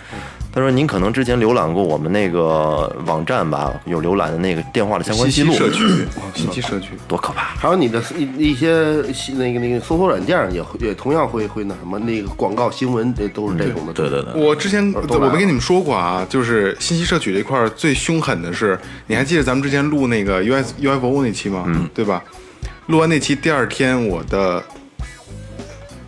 Speaker 5: 他说：“您可能之前浏览过我们那个网站吧，有浏览的那个电话的相关
Speaker 2: 信
Speaker 5: 记
Speaker 2: 息
Speaker 5: 录，
Speaker 2: 社区，哦信息社区，
Speaker 5: 多可怕！
Speaker 3: 还有你的一一些那个那个搜索软件也会也同样会会那什么那个广告新闻这都是这种的，
Speaker 4: 对对对，
Speaker 2: 我之前
Speaker 3: 都来
Speaker 2: 我
Speaker 3: 了
Speaker 2: 没跟你们说过啊，就是信息社区这块儿最凶狠的是，你还记得咱们之前录那个 U S U F O 那期吗？嗯，对吧？录完那期第二天，我的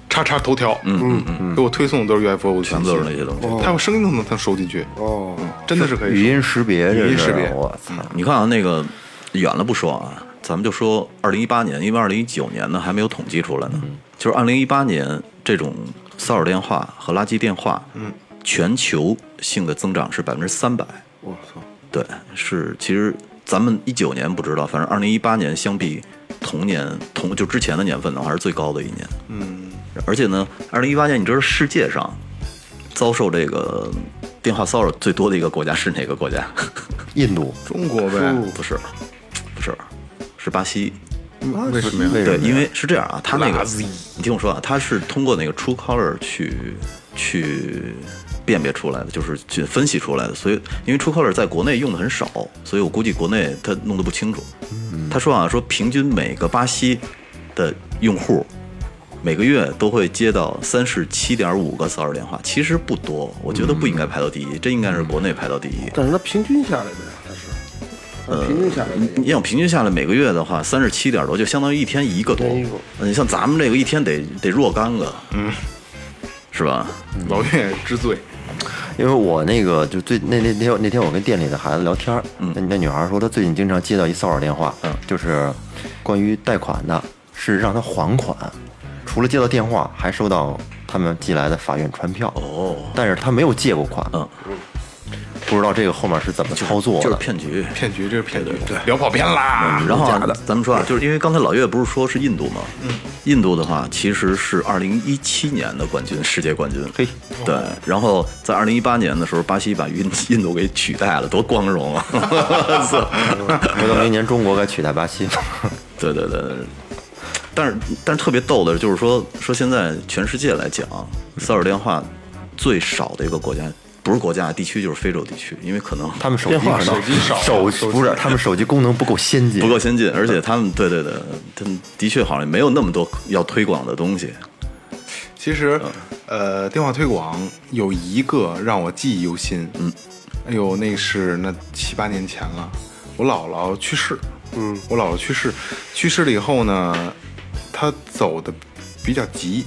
Speaker 2: 叉叉头条，嗯嗯嗯，给我推送的都是 U F O 的信息，哦
Speaker 4: 全都是那些东西。
Speaker 2: 他用声音都能他收进去，
Speaker 3: 哦，
Speaker 2: 真的是可以收
Speaker 5: 语音识别，
Speaker 2: 语
Speaker 5: 这
Speaker 2: 音识
Speaker 5: 是
Speaker 2: 别
Speaker 5: 我操！
Speaker 4: 你看啊，那个远了不说啊，咱们就说二零一八年，因为二零一九年呢还没有统计出来呢。就是二零一八年这种骚扰电话和垃圾电话，嗯，全球性的增长是百分之三百。
Speaker 3: 我操，
Speaker 4: 对，是其实咱们一九年不知道，反正二零一八年相比同年同就之前的年份的话，是最高的一年。嗯，而且呢，二零一八年你知道世界上遭受这个电话骚扰最多的一个国家是哪个国家？
Speaker 5: 印度
Speaker 2: 中国呗？
Speaker 4: 不是，不是，是巴西。
Speaker 2: 为什么呀？
Speaker 5: 为什
Speaker 4: 对，
Speaker 5: 么呀
Speaker 4: 因为是这样啊，他那
Speaker 2: 垃
Speaker 4: 个
Speaker 2: 圾
Speaker 4: 你听我说啊，他是通过那个 True Caller 去去辨别出来的，就是去分析出来的。所以，因为 True Caller 在国内用的很少，所以我估计国内他弄得不清楚。
Speaker 5: 嗯
Speaker 4: 他说啊，说平均每个巴西的用户每个月都会接到三十七点五个骚扰电话，其实不多，我觉得不应
Speaker 5: 嗯
Speaker 4: 该排到第一，这应该是国内排到第一。
Speaker 3: 但是它平均下来的呀，它是，它平均下来
Speaker 4: 呃你
Speaker 3: 的
Speaker 4: 你想平均下来每个月的话，三十七点多，就相当于一天一个多
Speaker 3: 一天一个。
Speaker 4: 嗯，像咱们这个一天得得若干个，嗯，是吧？
Speaker 2: 老岳之最，
Speaker 5: 因为我那个就最那那天那天我跟店里的孩子聊天儿，那那女孩说她最近经常接到一骚扰电话，
Speaker 4: 嗯
Speaker 5: 就是关于贷款的，是让她还款，除了接到电话，还收到他们寄来的法院传票，
Speaker 4: 哦，
Speaker 5: 但是她没有借过款，
Speaker 4: 嗯，
Speaker 5: 不知道这个后面是怎么操作
Speaker 4: 就是
Speaker 5: 的，
Speaker 4: 骗局。
Speaker 2: 骗局，这是骗局，聊跑偏啦。
Speaker 4: 然后啊，咱们说啊，就是因为刚才老岳不是说是印度吗？嗯，印度的话其实是二零一七年的冠军，世界冠军。
Speaker 5: 嘿，
Speaker 4: 对，然后在二零一八年的时候，巴西把印印度给取代了，多光荣啊！ 是
Speaker 5: 回头明年中国该取代巴西了，
Speaker 4: 对对对，对但是但是特别逗的就是说说现在全世界来讲，骚扰电话最少的一个国家，不是国家地区就是非洲地区，因为可能
Speaker 5: 他们手机可能
Speaker 2: 手机少啊手
Speaker 5: 手
Speaker 2: 机
Speaker 5: 不是他们手机功能不够先进，
Speaker 4: 不够先进，而且他们对对对，他们的确好像没有那么多要推广的东西。
Speaker 2: 其实，呃，电话推广有一个让我记忆犹新。嗯，哎呦，那是那七八年前了，我姥姥去世。嗯，我姥姥去世，去世了以后呢，她走的比较急，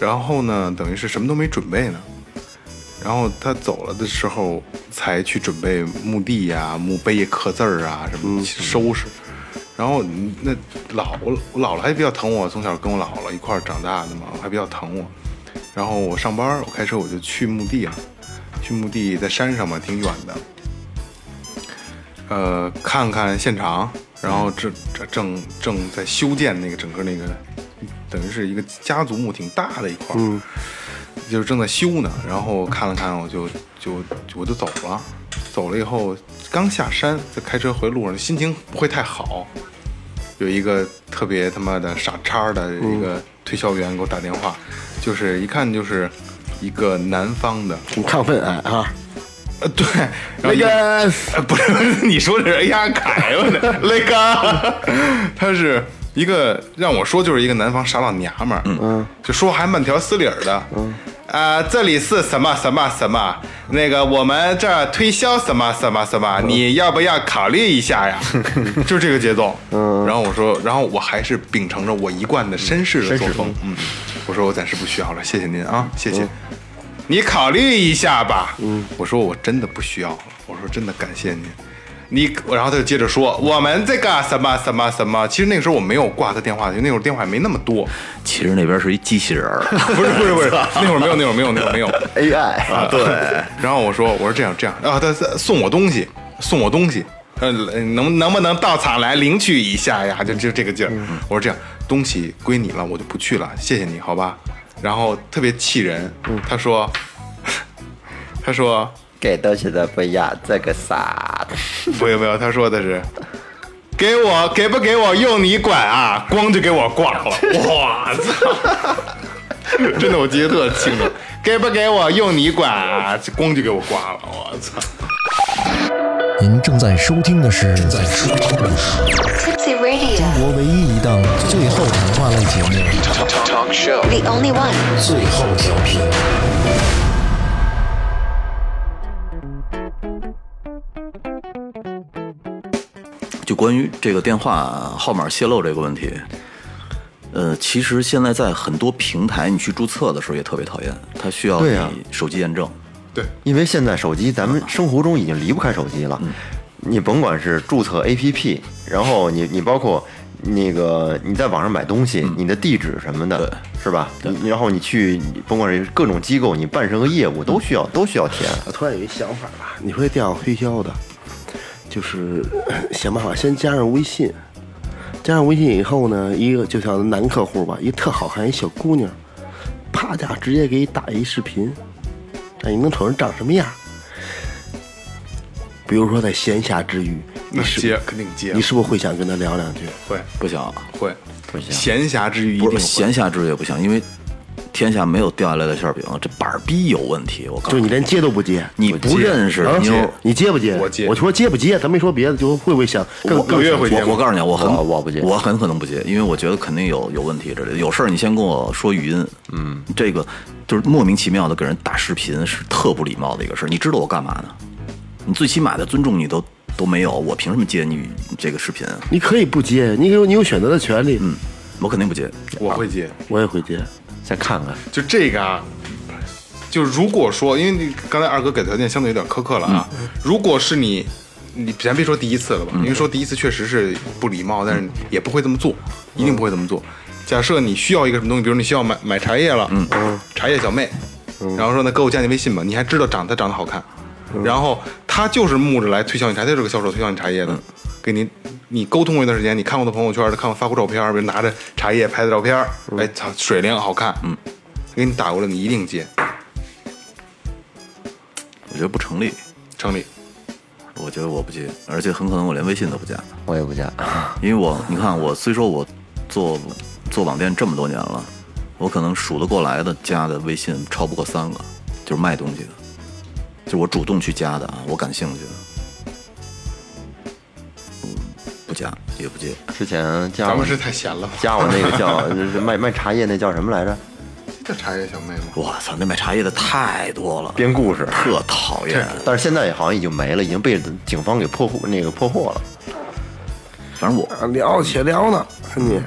Speaker 2: 然后呢，等于是什么都没准备呢。然后他走了的时候，才去准备墓地呀、墓碑刻字儿啊什么收拾。然后你那姥我姥姥还比较疼我，从小跟我姥姥一块儿长大的嘛，还比较疼我。然后我上班儿，我开车我就去墓地了，去墓地在山上嘛，挺远的。呃，看看现场，然后这这正正在修建那个整个那个，等于是一个家族墓，挺大的一块儿。就是正在修呢，然后看了看，我就就就我就走了，走了以后刚下山，在开车回路上，心情不会太好。有一个特别他妈的傻叉的一个推销员给我打电话，就是一看就是一个南方的，
Speaker 3: 挺亢奋哎啊，
Speaker 2: 呃对，然后
Speaker 3: 那
Speaker 2: 一
Speaker 3: 个
Speaker 2: 呃 不是你说这是 A R 凯吧？雷 哥，他是一个让我说就是一个南方傻老娘们儿，嗯，就说话还慢条斯理儿的，嗯，啊，这里是什么什么什么，那个我们这儿推销什么什么什么，你要不要考虑一下 呀？就是这个节奏，嗯，然后我说，然后我还是秉承着我一贯的绅士的作风，嗯，我说我暂时不需要了，谢谢您啊，谢谢。你考虑一下吧。嗯，我说我真的不需要了，我说真的感谢您。你，然后他就接着说，我们这个什么什么什么，其实那个时候我没有挂他电话，因为那会儿电话也没那么多，
Speaker 4: 其实那边是一机器人儿，
Speaker 2: 不是不是不是，那会儿没有那会儿没有那会儿没有，
Speaker 3: AI
Speaker 2: 啊，对。然后我说，我说这样这样，啊，他他送我东西，送我东西，呃，能能不能到场来领取一下呀？就就这个劲儿。我说这样，东西归你了，我就不去了，谢谢你，好吧？然后特别气人，他说， 他说
Speaker 5: 给东西的不要这个傻。
Speaker 2: 没有没有，他说的是。给我给不给我用你管啊！咣就给我挂了，我操！真的我记得特清楚，给不给我用你管啊！咣就给我挂了，我操！
Speaker 1: 您正在收听的是正在收听的是
Speaker 6: Tipsy Radio,
Speaker 1: 中国唯一一档最后谈话类节目
Speaker 6: the only one.
Speaker 1: 《最后调频》。
Speaker 4: 就关于这个电话号码泄露这个问题，呃，其实现在在很多平台你去注册的时候也特别讨厌，它需要
Speaker 5: 对啊
Speaker 4: 你手机验证。
Speaker 2: 对，
Speaker 5: 因为现在手机，咱们生活中已经离不开手机了。你甭管是注册 APP，然后你你包括那个你在网上买东西，你的地址什么的，是吧？你然后你去你甭管是各种机构，你办什么业务都需要都需要填。
Speaker 3: 我突然有一想法吧，你会电话推销的，就是 呃想办法先加上微信，加上微信以后呢，一个就像男客户吧，一特好看一小姑娘，啪家直接给你打一视频，哎让你能瞅人长什么样。比如说在闲暇之余，
Speaker 2: 那
Speaker 3: 你是
Speaker 2: 接肯定接
Speaker 3: 你是不是会想跟他聊两句？
Speaker 2: 会
Speaker 4: 不行，啊
Speaker 2: 会
Speaker 5: 不行
Speaker 2: 闲暇之余一定
Speaker 4: 不
Speaker 2: 会
Speaker 4: 是闲暇之余也不行，因为天下没有掉下来的馅儿饼，这板儿逼有问题。我
Speaker 3: 就
Speaker 4: 告诉
Speaker 3: 是
Speaker 4: 你
Speaker 3: 你，连接都不接，
Speaker 4: 你不认识
Speaker 3: 啊
Speaker 4: 妞儿，
Speaker 3: 你接不接？
Speaker 2: 我接
Speaker 3: 我说接不接，咱没说别的，就会不会想更更
Speaker 2: 我越
Speaker 3: 想
Speaker 2: 会接
Speaker 4: 我我告诉你，我很
Speaker 5: 我我不接
Speaker 4: 我很可能不接，因为我觉得肯定有有问题之类的。有事儿你先跟我说语音，嗯，这个就是莫名其妙的给人打视频是特不礼貌的一个事儿。你知道我干嘛呢？你最起码的尊重你都都没有，我凭什么接你这个视频啊？
Speaker 3: 你可以不接，你有你有选择的权利。嗯，
Speaker 4: 我肯定不接。
Speaker 2: 我会接。
Speaker 3: 我也会接。
Speaker 5: 再看看，
Speaker 2: 就这个啊，就如果说，因为你刚才二哥给的条件相对有点苛刻了啊，如果是你，你咱别说第一次了吧，因为说第一次确实是不礼貌，但是也不会这么做，一定不会这么做。假设你需要一个什么东西，比如你需要买买茶叶了，嗯，茶叶小妹，然后说呢，哥我加你微信吧，你还知道长她长得好看，然后她就是慕着来推销你茶，她就是个销售推销你茶叶的，给你。你沟通过一段时间，你看我的朋友圈，她看我发过照片，比如拿着茶叶拍的照片，哎，操，水灵好看，嗯，给你打过来，你一定接，
Speaker 4: 我觉得不成立，
Speaker 2: 成立。
Speaker 4: 我觉得我不接，而且很可能我连微信都不加。
Speaker 5: 我也不加。
Speaker 4: 因为我你看我虽说我做做网店这么多年了，我可能数得过来的加的微信超不过三个，就是卖东西的，就是我主动去加的啊，我感兴趣的，嗯，不加也不接，
Speaker 5: 之前加
Speaker 2: 咱
Speaker 5: 我
Speaker 2: 们是太闲了吧？
Speaker 5: 加我那个叫就是卖卖茶叶那叫什么来着？
Speaker 2: 这茶叶小妹吗？
Speaker 4: 我操，那卖茶叶的太多了，
Speaker 5: 编故事。
Speaker 4: 特讨厌。
Speaker 5: 但是现在也好像已经没了，已经被警方给破获那个破获了。
Speaker 4: 反正我
Speaker 3: 啊，聊且聊呢，你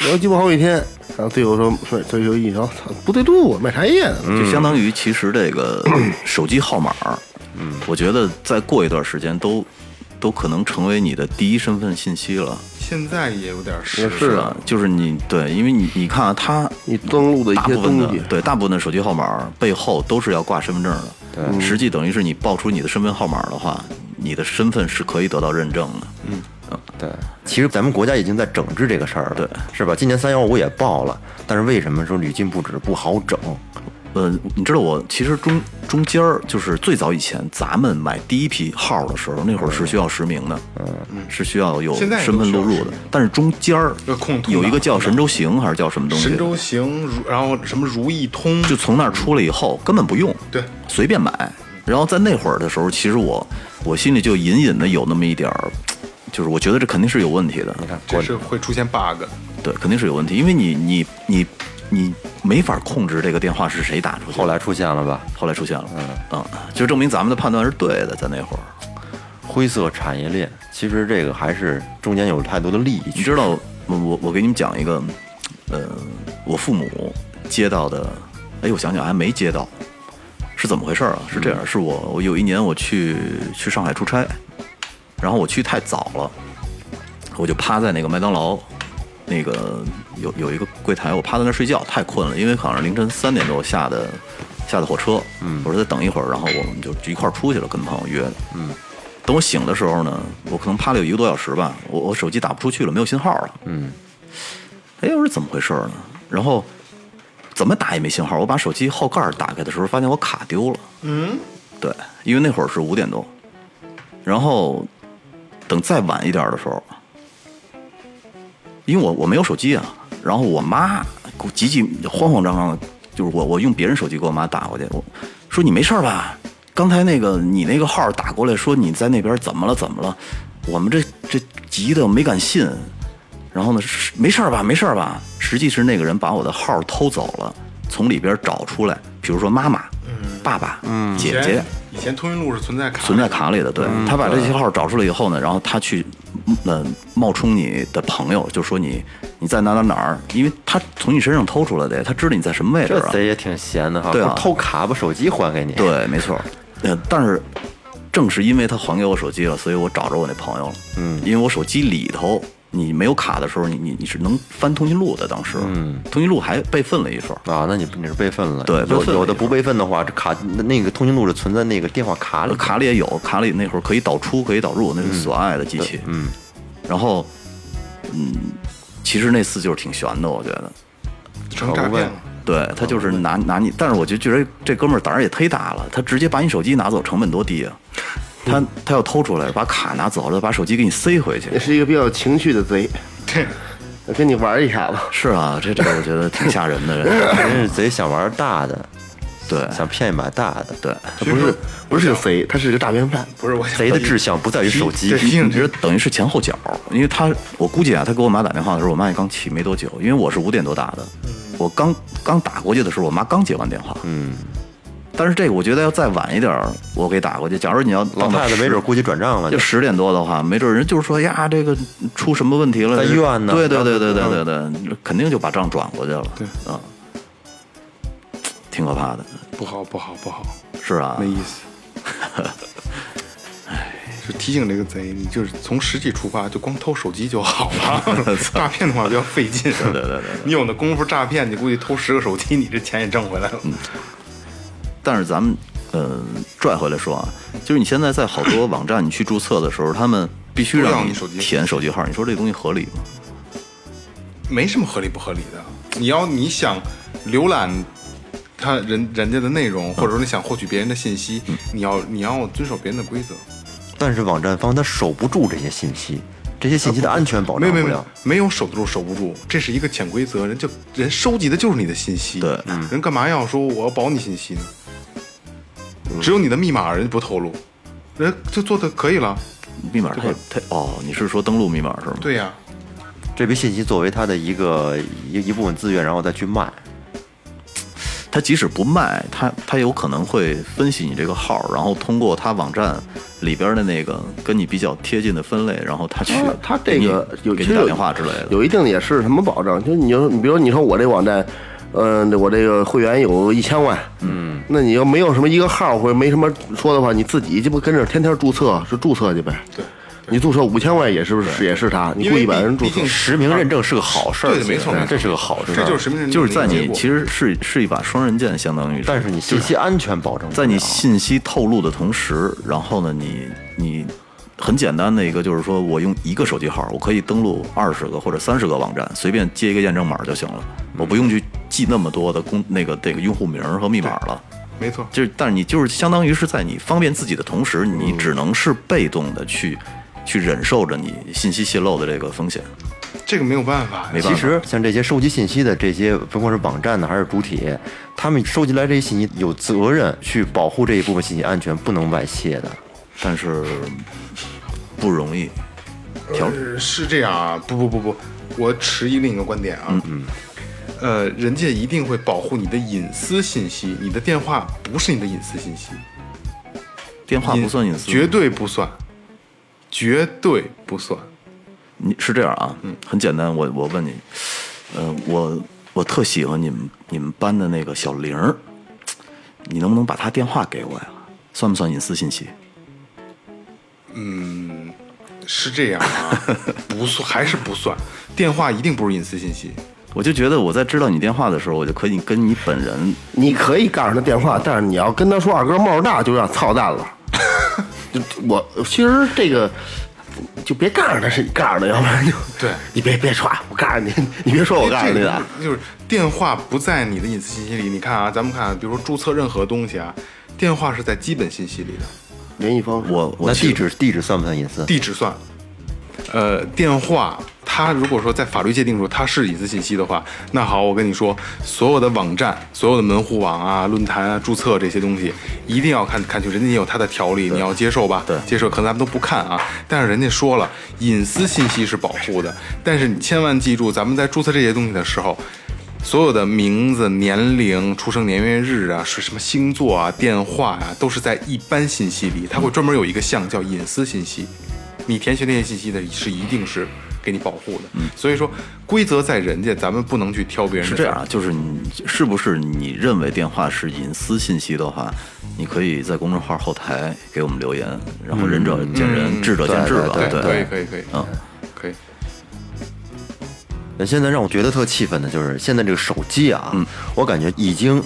Speaker 3: 聊鸡巴好几天，然后最后说说最后一瞧，操，不对路啊，卖茶叶呢。
Speaker 4: 就相当于其实 这个手机号码，嗯，我觉得再过一段时间都都可能成为你的第一身份信息了。
Speaker 2: 现在也有点是
Speaker 4: 是啊，就是你对，因为你你看啊，它
Speaker 3: 你登录的一
Speaker 4: 大
Speaker 3: 些
Speaker 4: 部分
Speaker 3: 东
Speaker 4: 的
Speaker 3: 西，
Speaker 4: 对大部分的手机号码背后都是要挂身份证的。对，实际等于是你报出你的身份号码的话，你的身份是可以得到认证的。嗯，
Speaker 5: 对，其实咱们国家已经在整治这个事儿了，
Speaker 4: 对，
Speaker 5: 是吧？今年三幺五也报了，但是为什么说屡禁不止不好整？
Speaker 4: 呃，你知道我其实中中间儿就是最早以前咱们买第一批号的时候，那会儿是需要实名的，嗯，是需要有
Speaker 2: 现在也
Speaker 4: 身
Speaker 2: 都
Speaker 4: 份
Speaker 2: 需要
Speaker 4: 录入
Speaker 2: 实
Speaker 4: 的
Speaker 2: 名。
Speaker 4: 但是中间儿
Speaker 2: 有空通
Speaker 4: 有一
Speaker 2: 道
Speaker 4: 个叫神州行还是叫什么东西，
Speaker 2: 神州行，如然后什么如意通，
Speaker 4: 就从那儿出来以后根本不用，
Speaker 2: 对，
Speaker 4: 随便买。然后在那会儿的时候，其实我我心里就隐隐的有那么一点儿，就是我觉得这肯定是有问题的，
Speaker 5: 啊
Speaker 2: 这是会出现 bug。
Speaker 4: 对，肯定是有问题，因为你你你你没法控制这个电话是谁打出去的。
Speaker 5: 后来出现了吧？
Speaker 4: 后来出现了，嗯，就证明咱们的判断是对的，在那会儿，
Speaker 5: 灰色产业链，其实这个还是中间有太多的利益
Speaker 4: 你
Speaker 5: 去。
Speaker 4: 知道，我我我给你们讲一个，呃，我父母接到的，哎，我想想还没接到，是怎么回事儿啊？是这样，是我我有一年我去去上海出差，然后我去太早了，我就趴在那个麦当劳那个有有一个柜台，我趴在那儿睡觉，太困了，因为好像是凌晨三点多下的下的火车，嗯，我说再等一会儿，然后我们就就一块儿出去了，跟朋友约的，嗯。等我醒的时候呢，我可能趴了有一个多小时吧，我我手机打不出去了，没有信号了。嗯，哎，我说怎么回事儿呢？然后怎么打也没信号，我把手机后盖儿打开的时候，发现我卡丢了。嗯，对，因为那会儿是五点多，然后等再晚一点的时候，因为我我没有手机啊，然后我妈给我急急慌慌张张的，就是我我用别人手机给我妈打过去，我说你没事儿吧？刚才那个你那个号打过来说你在那边怎么了怎么了？我们这这急的没敢信，然后呢是没事儿吧没事儿吧？实际是那个人把我的号偷走了，从里边找出来，比如说妈妈、爸爸、
Speaker 2: 以
Speaker 4: 姐姐
Speaker 2: 前。以前通讯录是存在卡，
Speaker 4: 存在卡里的，对、他把这些号找出来以后呢，然后他去，呃，冒充你的朋友，就说你你在哪哪哪儿，因为他从你身上偷出来的，他知道你在什么位置
Speaker 5: 这
Speaker 4: 啊，
Speaker 5: 贼也挺闲的哈，
Speaker 4: 对啊
Speaker 5: 不偷卡把手机还给你。，
Speaker 4: 对，没错。呃，但是正是因为他还给我手机了，所以我找着我那朋友了。嗯，因为我手机里头你没有卡的时候，你你你是能翻通讯录的，当时，嗯，通讯录还备份了一份儿。
Speaker 5: 啊，那你你是备份了，
Speaker 4: 对备
Speaker 5: 有
Speaker 4: 份了
Speaker 5: 有的不备份的话，这卡那那个通讯录是存在那个电话卡里。
Speaker 4: 卡里也有，卡里那会儿可以导出，可以导入，那是索爱的机器。嗯，然后，嗯，其实那次就是挺悬的，我觉得。
Speaker 2: 成诈骗了。
Speaker 4: 对他就是拿拿你，但是我就觉得这哥们儿胆儿也忒大了，他直接把你手机拿走，成本多低啊！他他要偷出来，把卡拿走了，把手机给你塞回去
Speaker 3: 也。是一个比较有情绪的贼。对，跟你玩一下吧。
Speaker 4: 是啊，这这个我觉得挺吓人的。这
Speaker 5: 人是贼想玩大的，
Speaker 4: 对
Speaker 5: 想骗一把大的。
Speaker 4: 对，
Speaker 3: 他不是不是个贼，他是个诈骗犯。
Speaker 2: 不是我想
Speaker 5: 贼的志向不在于手机
Speaker 2: 对，
Speaker 4: 你这等于是前后脚，因为他我估计啊，他给我妈打电话的时候，我妈也刚起没多久，因为我是五点多打的，我刚刚打过去的时候，我妈刚接完电话。嗯，但是这个我觉得要再晚一点儿，我给打过去。假如你要
Speaker 5: 老
Speaker 4: 老
Speaker 5: 太太没准估计转账了
Speaker 4: 就。十点多的话，没准人就是说呀，这个出什么问题了？
Speaker 5: 在医院呢嗯
Speaker 4: 对对对对对对对，肯定就把账转过去了。对啊，挺可怕的。
Speaker 2: 不好不好不好，
Speaker 4: 是啊
Speaker 2: 没，意 思。就提醒这个贼，你就是从实际出发，就光偷手机就好了。 诈骗的话比较费劲，对对对你有那功夫诈骗，你估计偷十个手机，你这钱也挣回来了。
Speaker 4: 但是咱们呃拽回来说啊，就是你现在在好多网站你去注册的时候，他们必须
Speaker 2: 都
Speaker 4: 让
Speaker 2: 要你手机
Speaker 4: 填手机号，你说这东西合理吗？
Speaker 2: 没什么合理不合理的。你要你想浏览看人人家的内容，或者说你想获取别人的信息，你要你要遵守别人的规则。
Speaker 5: 但是网站方他守不住这些信息，这些信息的安全保
Speaker 2: 没
Speaker 5: 障
Speaker 2: 有没有
Speaker 5: 呃不
Speaker 2: 没
Speaker 5: 了
Speaker 2: 有。，没有守得住守不住，这是一个潜规则。人就人收集的就是你的信息，
Speaker 4: 对
Speaker 5: 嗯
Speaker 2: 人干嘛要说我要保你信息呢？只有你的密码人不透露，人就做的可以了。
Speaker 4: 密码太太哦，你是说登录密码是吗？
Speaker 2: 对呀、
Speaker 5: 这批信息作为他的一个一一部分资源，然后再去卖。
Speaker 4: 他即使不卖，他他有可能会分析你这个号，然后通过他网站里边的那个跟你比较贴近的分类，然后他去
Speaker 3: 哦他他这
Speaker 4: 给你
Speaker 3: 个有
Speaker 4: 给
Speaker 3: 其实
Speaker 4: 你打
Speaker 3: 有
Speaker 4: 电话之类的。
Speaker 3: 有一定也是什么保障？就你就你比如你说我这网站，嗯、我这个会员有一千万，嗯，那你要没有什么一个号或者没什么说的话，你自己鸡巴跟着天天注册是注册去呗。对，你注册五千万也是也是他，你
Speaker 2: 因
Speaker 3: 雇
Speaker 2: 为
Speaker 3: 一百
Speaker 2: 毕
Speaker 3: 人注
Speaker 2: 毕
Speaker 3: 册
Speaker 2: 竟，
Speaker 5: 实名认证是个好事儿，
Speaker 2: 对没错
Speaker 5: 其实
Speaker 2: 没错
Speaker 5: 这是个好事儿，
Speaker 2: 这就是实名认证的
Speaker 4: 就是在
Speaker 2: 一个结
Speaker 4: 你
Speaker 2: 果
Speaker 4: 其实是是一把双刃剑，相当于。
Speaker 5: 但是你信息安全保证不了，
Speaker 4: 在你信息透露的同时，然后呢，你你很简单的一个就是说我用一个手机号，我可以登录二十个或者三十个网站，随便接一个验证码就行了，我不用去记那么多的公那个这个用户名儿和密码了。
Speaker 2: 没错，
Speaker 4: 就是，但是你就是相当于是在你方便自己的同时，你只能是被动的去去忍受着你信息泄露的这个风险。
Speaker 2: 这个没有办法，
Speaker 4: 没办法
Speaker 5: 其实像这些收集信息的这些，甭管是网站的还是主体，他们收集来这些信息有责任去保护这一部分信息安全，不能外泄的。
Speaker 4: 但是不容易，调
Speaker 2: 呃是这样啊，不不不不，我持一另一个观点啊，嗯，呃，人家一定会保护你的隐私信息，你的电话不是你的隐私信息，
Speaker 4: 电话不算隐私，
Speaker 2: 绝对不算，绝对不算。
Speaker 4: 你是这样啊？嗯，很简单，我我问你，呃，我我特喜欢你们你们班的那个小玲儿，你能不能把她电话给我呀？算不算隐私信息？
Speaker 2: 是这样啊， 不算，还是不算。电话一定不是隐私信息，
Speaker 4: 我就觉得我在知道你电话的时候，我就可以跟你本人
Speaker 3: 你可以告诉他电话，但是你要跟他说二哥帽儿大，就让操蛋了。就我其实这个。就别告诉他是你告诉的，要不然就
Speaker 2: 对哎
Speaker 3: 你别别刷，我告诉你，你别说我告诉
Speaker 2: 这
Speaker 3: 你
Speaker 2: 个
Speaker 4: 啊
Speaker 3: 的，
Speaker 2: 就是电话不在你的隐私信息里。你看啊，咱们看啊，比如说注册任何东西啊，电话是在基本信息里的，
Speaker 3: 联系方式
Speaker 4: 我我
Speaker 5: 那
Speaker 4: 去
Speaker 5: 地址地址算不算隐私？
Speaker 2: 地址算。呃，电话，它如果说在法律界定说它是隐私信息的话，那好，我跟你说，所有的网站、所有的门户网啊、论坛啊、注册这些东西，一定要看看去，人家也有它的条例，你要接受吧？
Speaker 4: 对
Speaker 2: 接受，可能咱们都不看啊，但是人家说了，隐私信息是保护的，但是你千万记住，咱们在注册这些东西的时候。所有的名字、年龄、出生年月日啊，是什么星座啊、电话啊，都是在一般信息里，它会专门有一个项叫隐私信息。你填写那些信息的是一定是给你保护的。所以说规则在人家，咱们不能去挑别人
Speaker 4: 嗯是
Speaker 2: 的
Speaker 4: 这
Speaker 2: 事儿。
Speaker 4: 样啊，就是你是不是你认为电话是隐私信息的话，你可以在公众号后台给我们留言，然后仁者见仁，智者见智吧，
Speaker 5: 对
Speaker 4: 嗯对
Speaker 2: 可啊以可以可以，
Speaker 4: 嗯，
Speaker 2: 可以。
Speaker 5: 那现在让我觉得特气愤的就是现在这个手机啊，
Speaker 3: 嗯
Speaker 5: 我感觉已经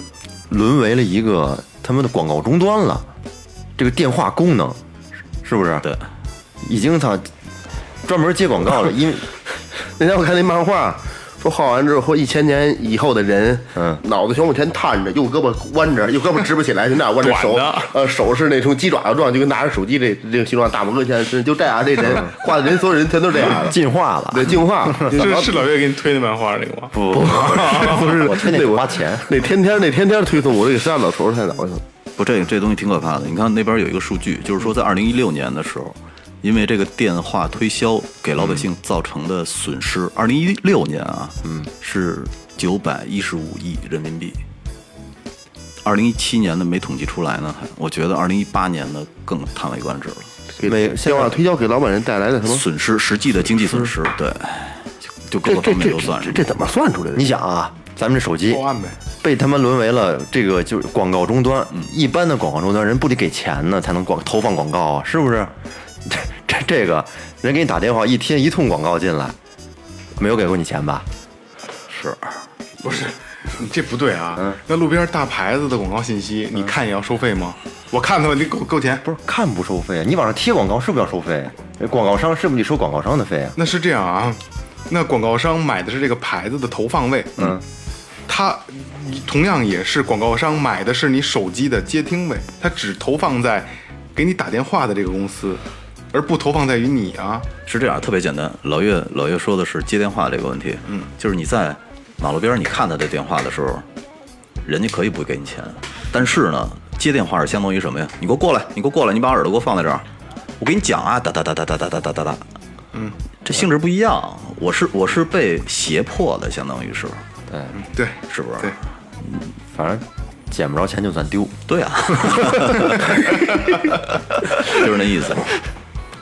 Speaker 5: 沦为了一个他们的广告终端了。这个电话功能是不是？
Speaker 4: 对，
Speaker 5: 已经它专门接广告 了，因为
Speaker 3: 那天我看那漫画，说画完之后，或一千年以后的人，
Speaker 5: 嗯
Speaker 3: 脑袋全往前探着，右胳膊弯着，右胳膊直不起来，就那样弯着手，呃，手是那种鸡爪子状，就跟拿着手机这这个形状。大拇哥现在是就这样，这人画的人，所有人全都这样了，
Speaker 5: 进化了。
Speaker 3: 对，进化。
Speaker 2: 是是老岳给你推那漫画那个吗？
Speaker 5: 不不是，我非得花钱。
Speaker 3: 那天天那天天推送我这个山老头儿太脑袋疼，
Speaker 4: 不，这这东西挺可怕的。你看那边有一个数据，就是说在二零一六年的时候，因为这个电话推销给老百姓
Speaker 3: 嗯
Speaker 4: 造成的损失，二零一六年啊，嗯，是九百一十五亿人民币。二零一七年的没统计出来呢，还我觉得二零一八年的更叹为观止了，
Speaker 3: 给电话推销给老板人带来的什么？
Speaker 4: 损失实际的经济损失，对，就就各
Speaker 3: 这
Speaker 4: 个
Speaker 3: 这
Speaker 4: 方面
Speaker 3: 这
Speaker 4: 都算
Speaker 3: 这
Speaker 4: 上。
Speaker 3: 这怎么算出来的
Speaker 5: 你？想啊，咱们这手机
Speaker 3: 哦
Speaker 2: 报案呗。
Speaker 5: 被他们沦为了这个就是广告终端，一般的广告终端人不得给钱呢才能广投放广告啊，是不 是？这这这个人给你打电话一天一通广告进来，没有给过你钱吧？
Speaker 2: 不是，你这不对啊。那路边大牌子的广告信息，你看也要收费吗？我看他吧，你给我给我钱。
Speaker 5: 不是看不收费啊，你往上贴广告是不是要收费？啊广告商是不是得收广告商的费啊？
Speaker 2: 那是这样啊，那广告商买的是这个牌子的投放位，嗯，他你同样也是广告商买的是你手机的接听位，他只投放在给你打电话的这个公司，而不投放在于你啊。
Speaker 4: 是这样，特别简单。老岳老岳说的是接电话这个问题，嗯，就是你在马路边儿你看他的电话的时候，人家可以不给你钱，但是呢，接电话是相当于什么呀？你给我过来，你给我过来，你把耳朵给我放在这儿，我给你讲啊，哒哒哒哒哒哒哒哒哒哒，嗯，这性质不一样，我是我是被胁迫的，相当于是，
Speaker 2: 对，
Speaker 4: 是不是？
Speaker 2: 对，
Speaker 5: 反正捡不着钱就咱丢，
Speaker 4: 对 啊，就是那意思。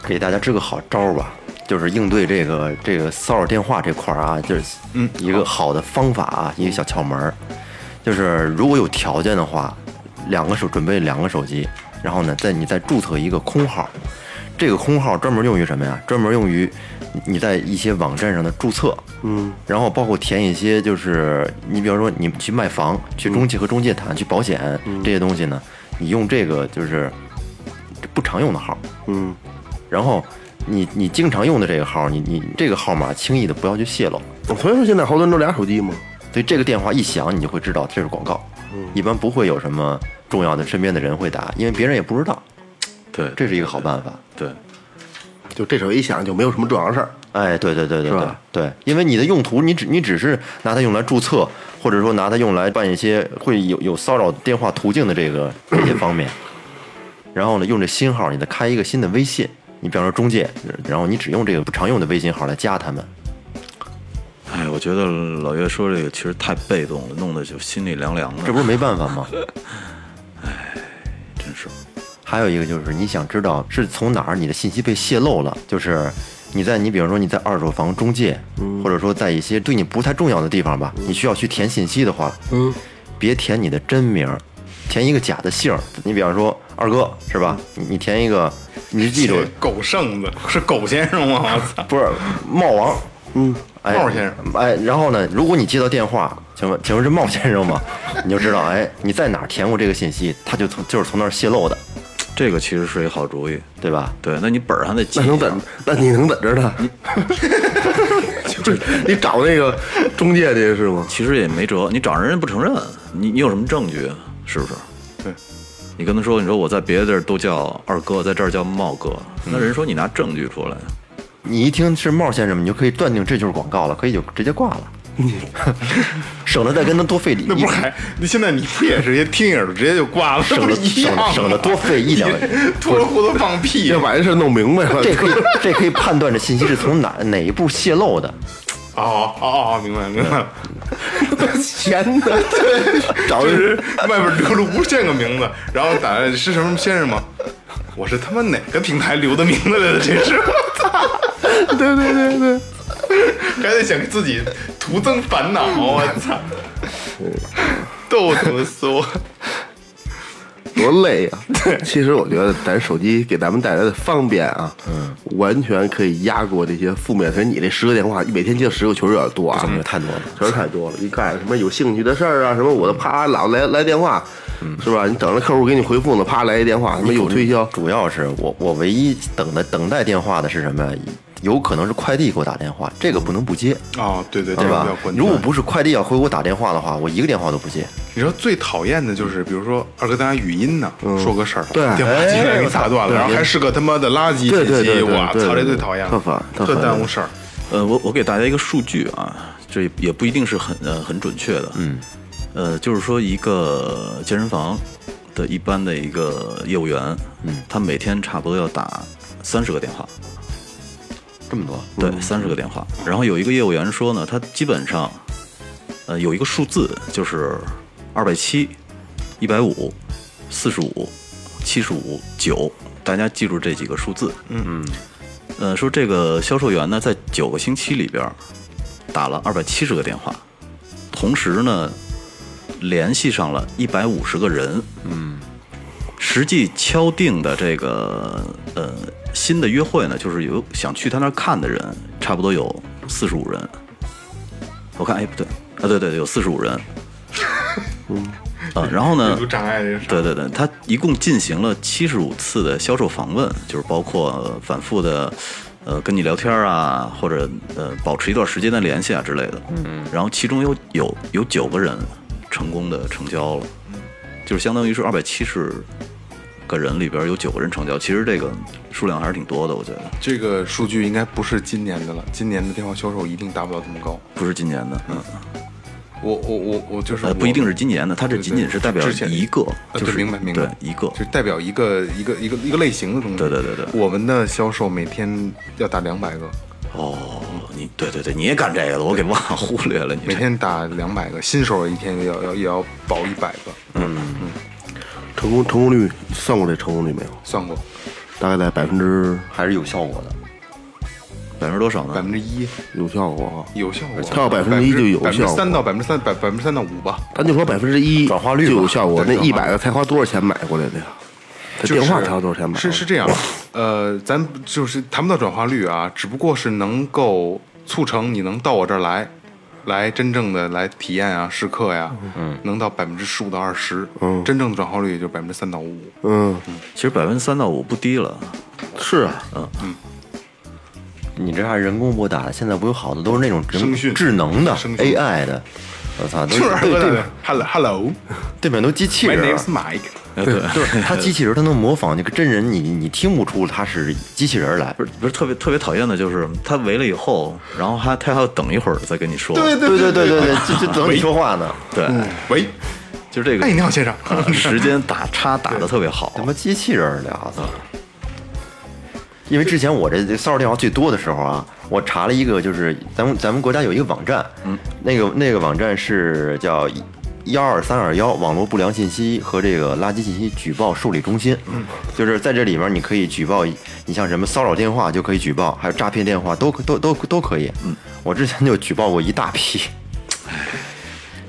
Speaker 5: 给大家支个好招儿吧，就是应对这个这个骚扰电话这块儿啊，就是一个好的方法啊，一个小窍门儿，就是如果有条件的话，两个手准备两个手机，然后呢，再你再注册一个空号，这个空号专门用于什么呀？专门用于你在一些网站上的注册，嗯，然后包括填一些就是你比方说你去卖房、去中介和中介谈、去保险这些东西呢，你用这个就是不常用的号，
Speaker 3: 嗯，
Speaker 5: 然后你你经常用的这个号，你你这个号码轻易的不要去泄露。
Speaker 3: 所以说现在好多人都俩手机嘛，
Speaker 5: 所以这个电话一响，你就会知道这是广告。
Speaker 3: 嗯
Speaker 5: 一般不会有什么重要的身边的人会打，因为别人也不知道。
Speaker 4: 对，
Speaker 5: 这是一个好办法。
Speaker 4: 对，
Speaker 3: 就这手一响就没有什么重要事儿。
Speaker 5: 哎，对对对对
Speaker 3: 嗯是
Speaker 5: 对
Speaker 3: 吧
Speaker 5: 对，因为你的用途，你只你只是拿它用来注册，或者说拿它用来办一些会有有骚扰电话途径的这个这 些方面。然后呢，用这新号，你再开一个新的微信，你比方说中介，然后你只用这个不常用的微信号来加他们。
Speaker 4: 哎，我觉得老岳说这个其实太被动了，弄得就心里凉凉的。
Speaker 5: 这不是没办法吗？
Speaker 4: 真是，
Speaker 5: 还有一个就是你想知道是从哪儿你的信息被泄露了，就是你在你比如说你在二手房中介，或者说在一些对你不太重要的地方吧，你需要去填信息的话，嗯，别填你的真名儿，填一个假的姓儿。你比方说二哥是吧？你你填一个，你就记住
Speaker 2: 狗剩子是狗先生吗？我操！
Speaker 5: 不是茂王，嗯，哎，
Speaker 2: 茂先生
Speaker 5: 哎，然后呢，如果你接到电话，请问请问是茂先生吗？你就知道哎你在哪儿填过这个信息，他就从就是从那儿泄露的，
Speaker 4: 这个其实是一好主意。
Speaker 5: 对吧？
Speaker 4: 对，那你本儿还得记
Speaker 3: 那
Speaker 4: 一下。
Speaker 3: 能怎？那你能怎着他？ 就是你找那个中介去是吗？
Speaker 4: 其实也没辙，你找人人不承认，你你有什么证据？是不是？
Speaker 2: 对，
Speaker 4: 你跟他说，你说我在别的地儿都叫二哥，在这儿叫茂哥，那人说你拿证据出来，
Speaker 5: 你一听是茂先生，你就可以断定这就是广告了，可以就直接挂了，省得再跟他多费力，
Speaker 2: 那不是还？那现在你不也是一听友直接就挂了，这
Speaker 5: 省
Speaker 2: 不
Speaker 5: 得
Speaker 2: 是一
Speaker 5: 省
Speaker 2: 样吗
Speaker 5: 得省得 多费一两。
Speaker 2: 秃噜胡子放屁
Speaker 3: 要把这事儿弄明白了，
Speaker 5: 这可以这可以判断这信息是从哪哪一步泄露的，
Speaker 2: 哦哦哦，明白了明白了，
Speaker 3: 闲 的，找
Speaker 2: 就
Speaker 3: 人
Speaker 2: 是外边留着无限个名字，然后打来是什么先生吗？我是他妈哪个平台留的名字来的？这是我操！对对对对，还得想给自己徒增烦恼，我操！逗死我！
Speaker 3: 多累啊！其实我觉得咱手机给咱们带来的方便啊，嗯，完全可以压过这些负面。其实你这十个电话，每天接十个确实有点多啊，
Speaker 5: 太多了。
Speaker 3: 确实太多了。一看什么有兴趣的事儿啊，什么我的啪老来来电话，是吧？你等着客户给你回复呢，啪来一电话，什么有推销，
Speaker 5: 主要是我我唯一等的等待电话的是什么呀？有可能是快递给我打电话，这个不能不接，
Speaker 2: 哦，对对，这个比
Speaker 5: 对吧
Speaker 2: 较关？键。
Speaker 5: 如果不是快递要回我打电话的话，我一个电话都不接。
Speaker 2: 你说最讨厌的就是，比如说二哥，咱俩语音呢，说个事儿，
Speaker 3: 对
Speaker 2: 电话机给你打断了，然后还是个他妈的垃圾
Speaker 3: 对
Speaker 2: 信
Speaker 3: 对
Speaker 2: 息，
Speaker 3: 对对
Speaker 2: 我
Speaker 3: 对对
Speaker 2: 操，这
Speaker 3: 对
Speaker 2: 最讨厌了，
Speaker 3: 特烦特
Speaker 2: 特
Speaker 3: 烦
Speaker 2: 耽误事儿。
Speaker 4: 呃，我我给大家一个数据啊，这也也不一定是很呃很准确的，嗯，呃，就是说一个健身房的一般的一个业务员，嗯，他每天差不多要打三十个电话，
Speaker 5: 这么多，
Speaker 4: 对，三十个电话。然后有一个业务员说呢，他基本上，呃，有一个数字就是二百七、一百五、四十五、七十五、九，大家记住这几个数字。嗯嗯。呃，说这个销售员呢，在九个星期里边儿打了二百七十个电话，同时呢，联系上了一百五十个人。嗯。实际敲定的这个呃新的约会呢，就是有想去他那儿看的人，差不多有四十五人。我看，哎，不对，啊，对对，对有四十五人。嗯，啊，然后呢
Speaker 2: 阅读？障碍这是
Speaker 4: 对对对，他一共进行了七十五次的销售访问，就是包括呃反复的，呃，跟你聊天啊，或者呃，保持一段时间的联系啊之类的。嗯，然后其中有有有九个人成功的成交了，就是相当于是二百七十个人里边有九个人成交，其实这个数量还是挺多的，我觉得
Speaker 2: 这个数据应该不是今年的了，今年的电话销售一定达不到这么高。
Speaker 4: 不是今年的，嗯，
Speaker 2: 我我我我就是
Speaker 4: 呃，
Speaker 2: 我
Speaker 4: 不一定是今年的，它这
Speaker 2: 对对
Speaker 4: 仅仅是代表
Speaker 2: 之前
Speaker 4: 一个，
Speaker 2: 呃
Speaker 4: 就是
Speaker 2: 对明白明白
Speaker 4: 对一个，
Speaker 2: 就代表一个一个一个一个类型的东西。
Speaker 4: 对对对对
Speaker 2: 我们的销售每天要打两百个，
Speaker 4: 哦，你你对对对，你也干这个的，我给忘了忽略了你这。
Speaker 2: 每天打两百个，新手一天也要要也要保一百个，
Speaker 3: 成功成功率算过这成功率没有？
Speaker 2: 算过
Speaker 3: 大概在百分之
Speaker 5: 还是有效果的。
Speaker 4: 百分之多少
Speaker 2: 百
Speaker 4: 呢？
Speaker 2: 分之一
Speaker 3: 有效果啊，
Speaker 2: 有效果，
Speaker 3: 到1%就有
Speaker 2: 百分之
Speaker 3: 效果
Speaker 2: 三到百分之三百百分之三到五吧，
Speaker 3: 咱就说百分之一
Speaker 5: 转化率吧
Speaker 3: 就有效果。那
Speaker 2: 对
Speaker 3: 一百个才花多少钱买过来的呀？这
Speaker 2: 就是
Speaker 3: 呃电话才花多少钱买？啊
Speaker 2: 是是，这样，呃，咱就是谈不到转化率啊，只不过是能够促成你能到我这儿来，来真正的来体验啊，试课呀，嗯，能到百分之十五到二十，嗯，真正的转化率也就百分之三到五，
Speaker 3: 嗯，
Speaker 4: 其实百分之三到五不低了。嗯
Speaker 3: 是啊，
Speaker 5: 你这还人工拨打，现在不有好多都是那种人
Speaker 2: 声讯
Speaker 5: 智能的
Speaker 2: 声讯
Speaker 5: AI 的，我操，都
Speaker 2: 就是
Speaker 5: 对对
Speaker 2: ，hello hello，my
Speaker 5: 对面都机器人
Speaker 2: name
Speaker 5: 儿
Speaker 2: is，Mike，
Speaker 4: 对，
Speaker 5: 就是它机器人儿它能模仿那个真人，你你听不出它是机器人儿来
Speaker 4: 不。是不是特别特别讨厌的就是他围了以后，然后还他还要等一会儿再跟你说。
Speaker 2: 对
Speaker 5: 对对对对对，就就等你说话呢。
Speaker 4: 对，
Speaker 2: 喂，
Speaker 4: 就是这个
Speaker 2: 哎，你好先生，
Speaker 4: 呃时间打叉打的特别好
Speaker 5: 他。妈机器人儿的，我操！因为之前我这这骚扰电话最多的时候啊，我查了一个，就是咱们咱们国家有一个网站，嗯，那个那个网站是叫幺二三二幺网络不良信息和这个垃圾信息举报受理中心，嗯，就是在这里面你可以举报，你像什么骚扰电话就可以举报，还有诈骗电话都可都都都可以，嗯，我之前就举报过一大批，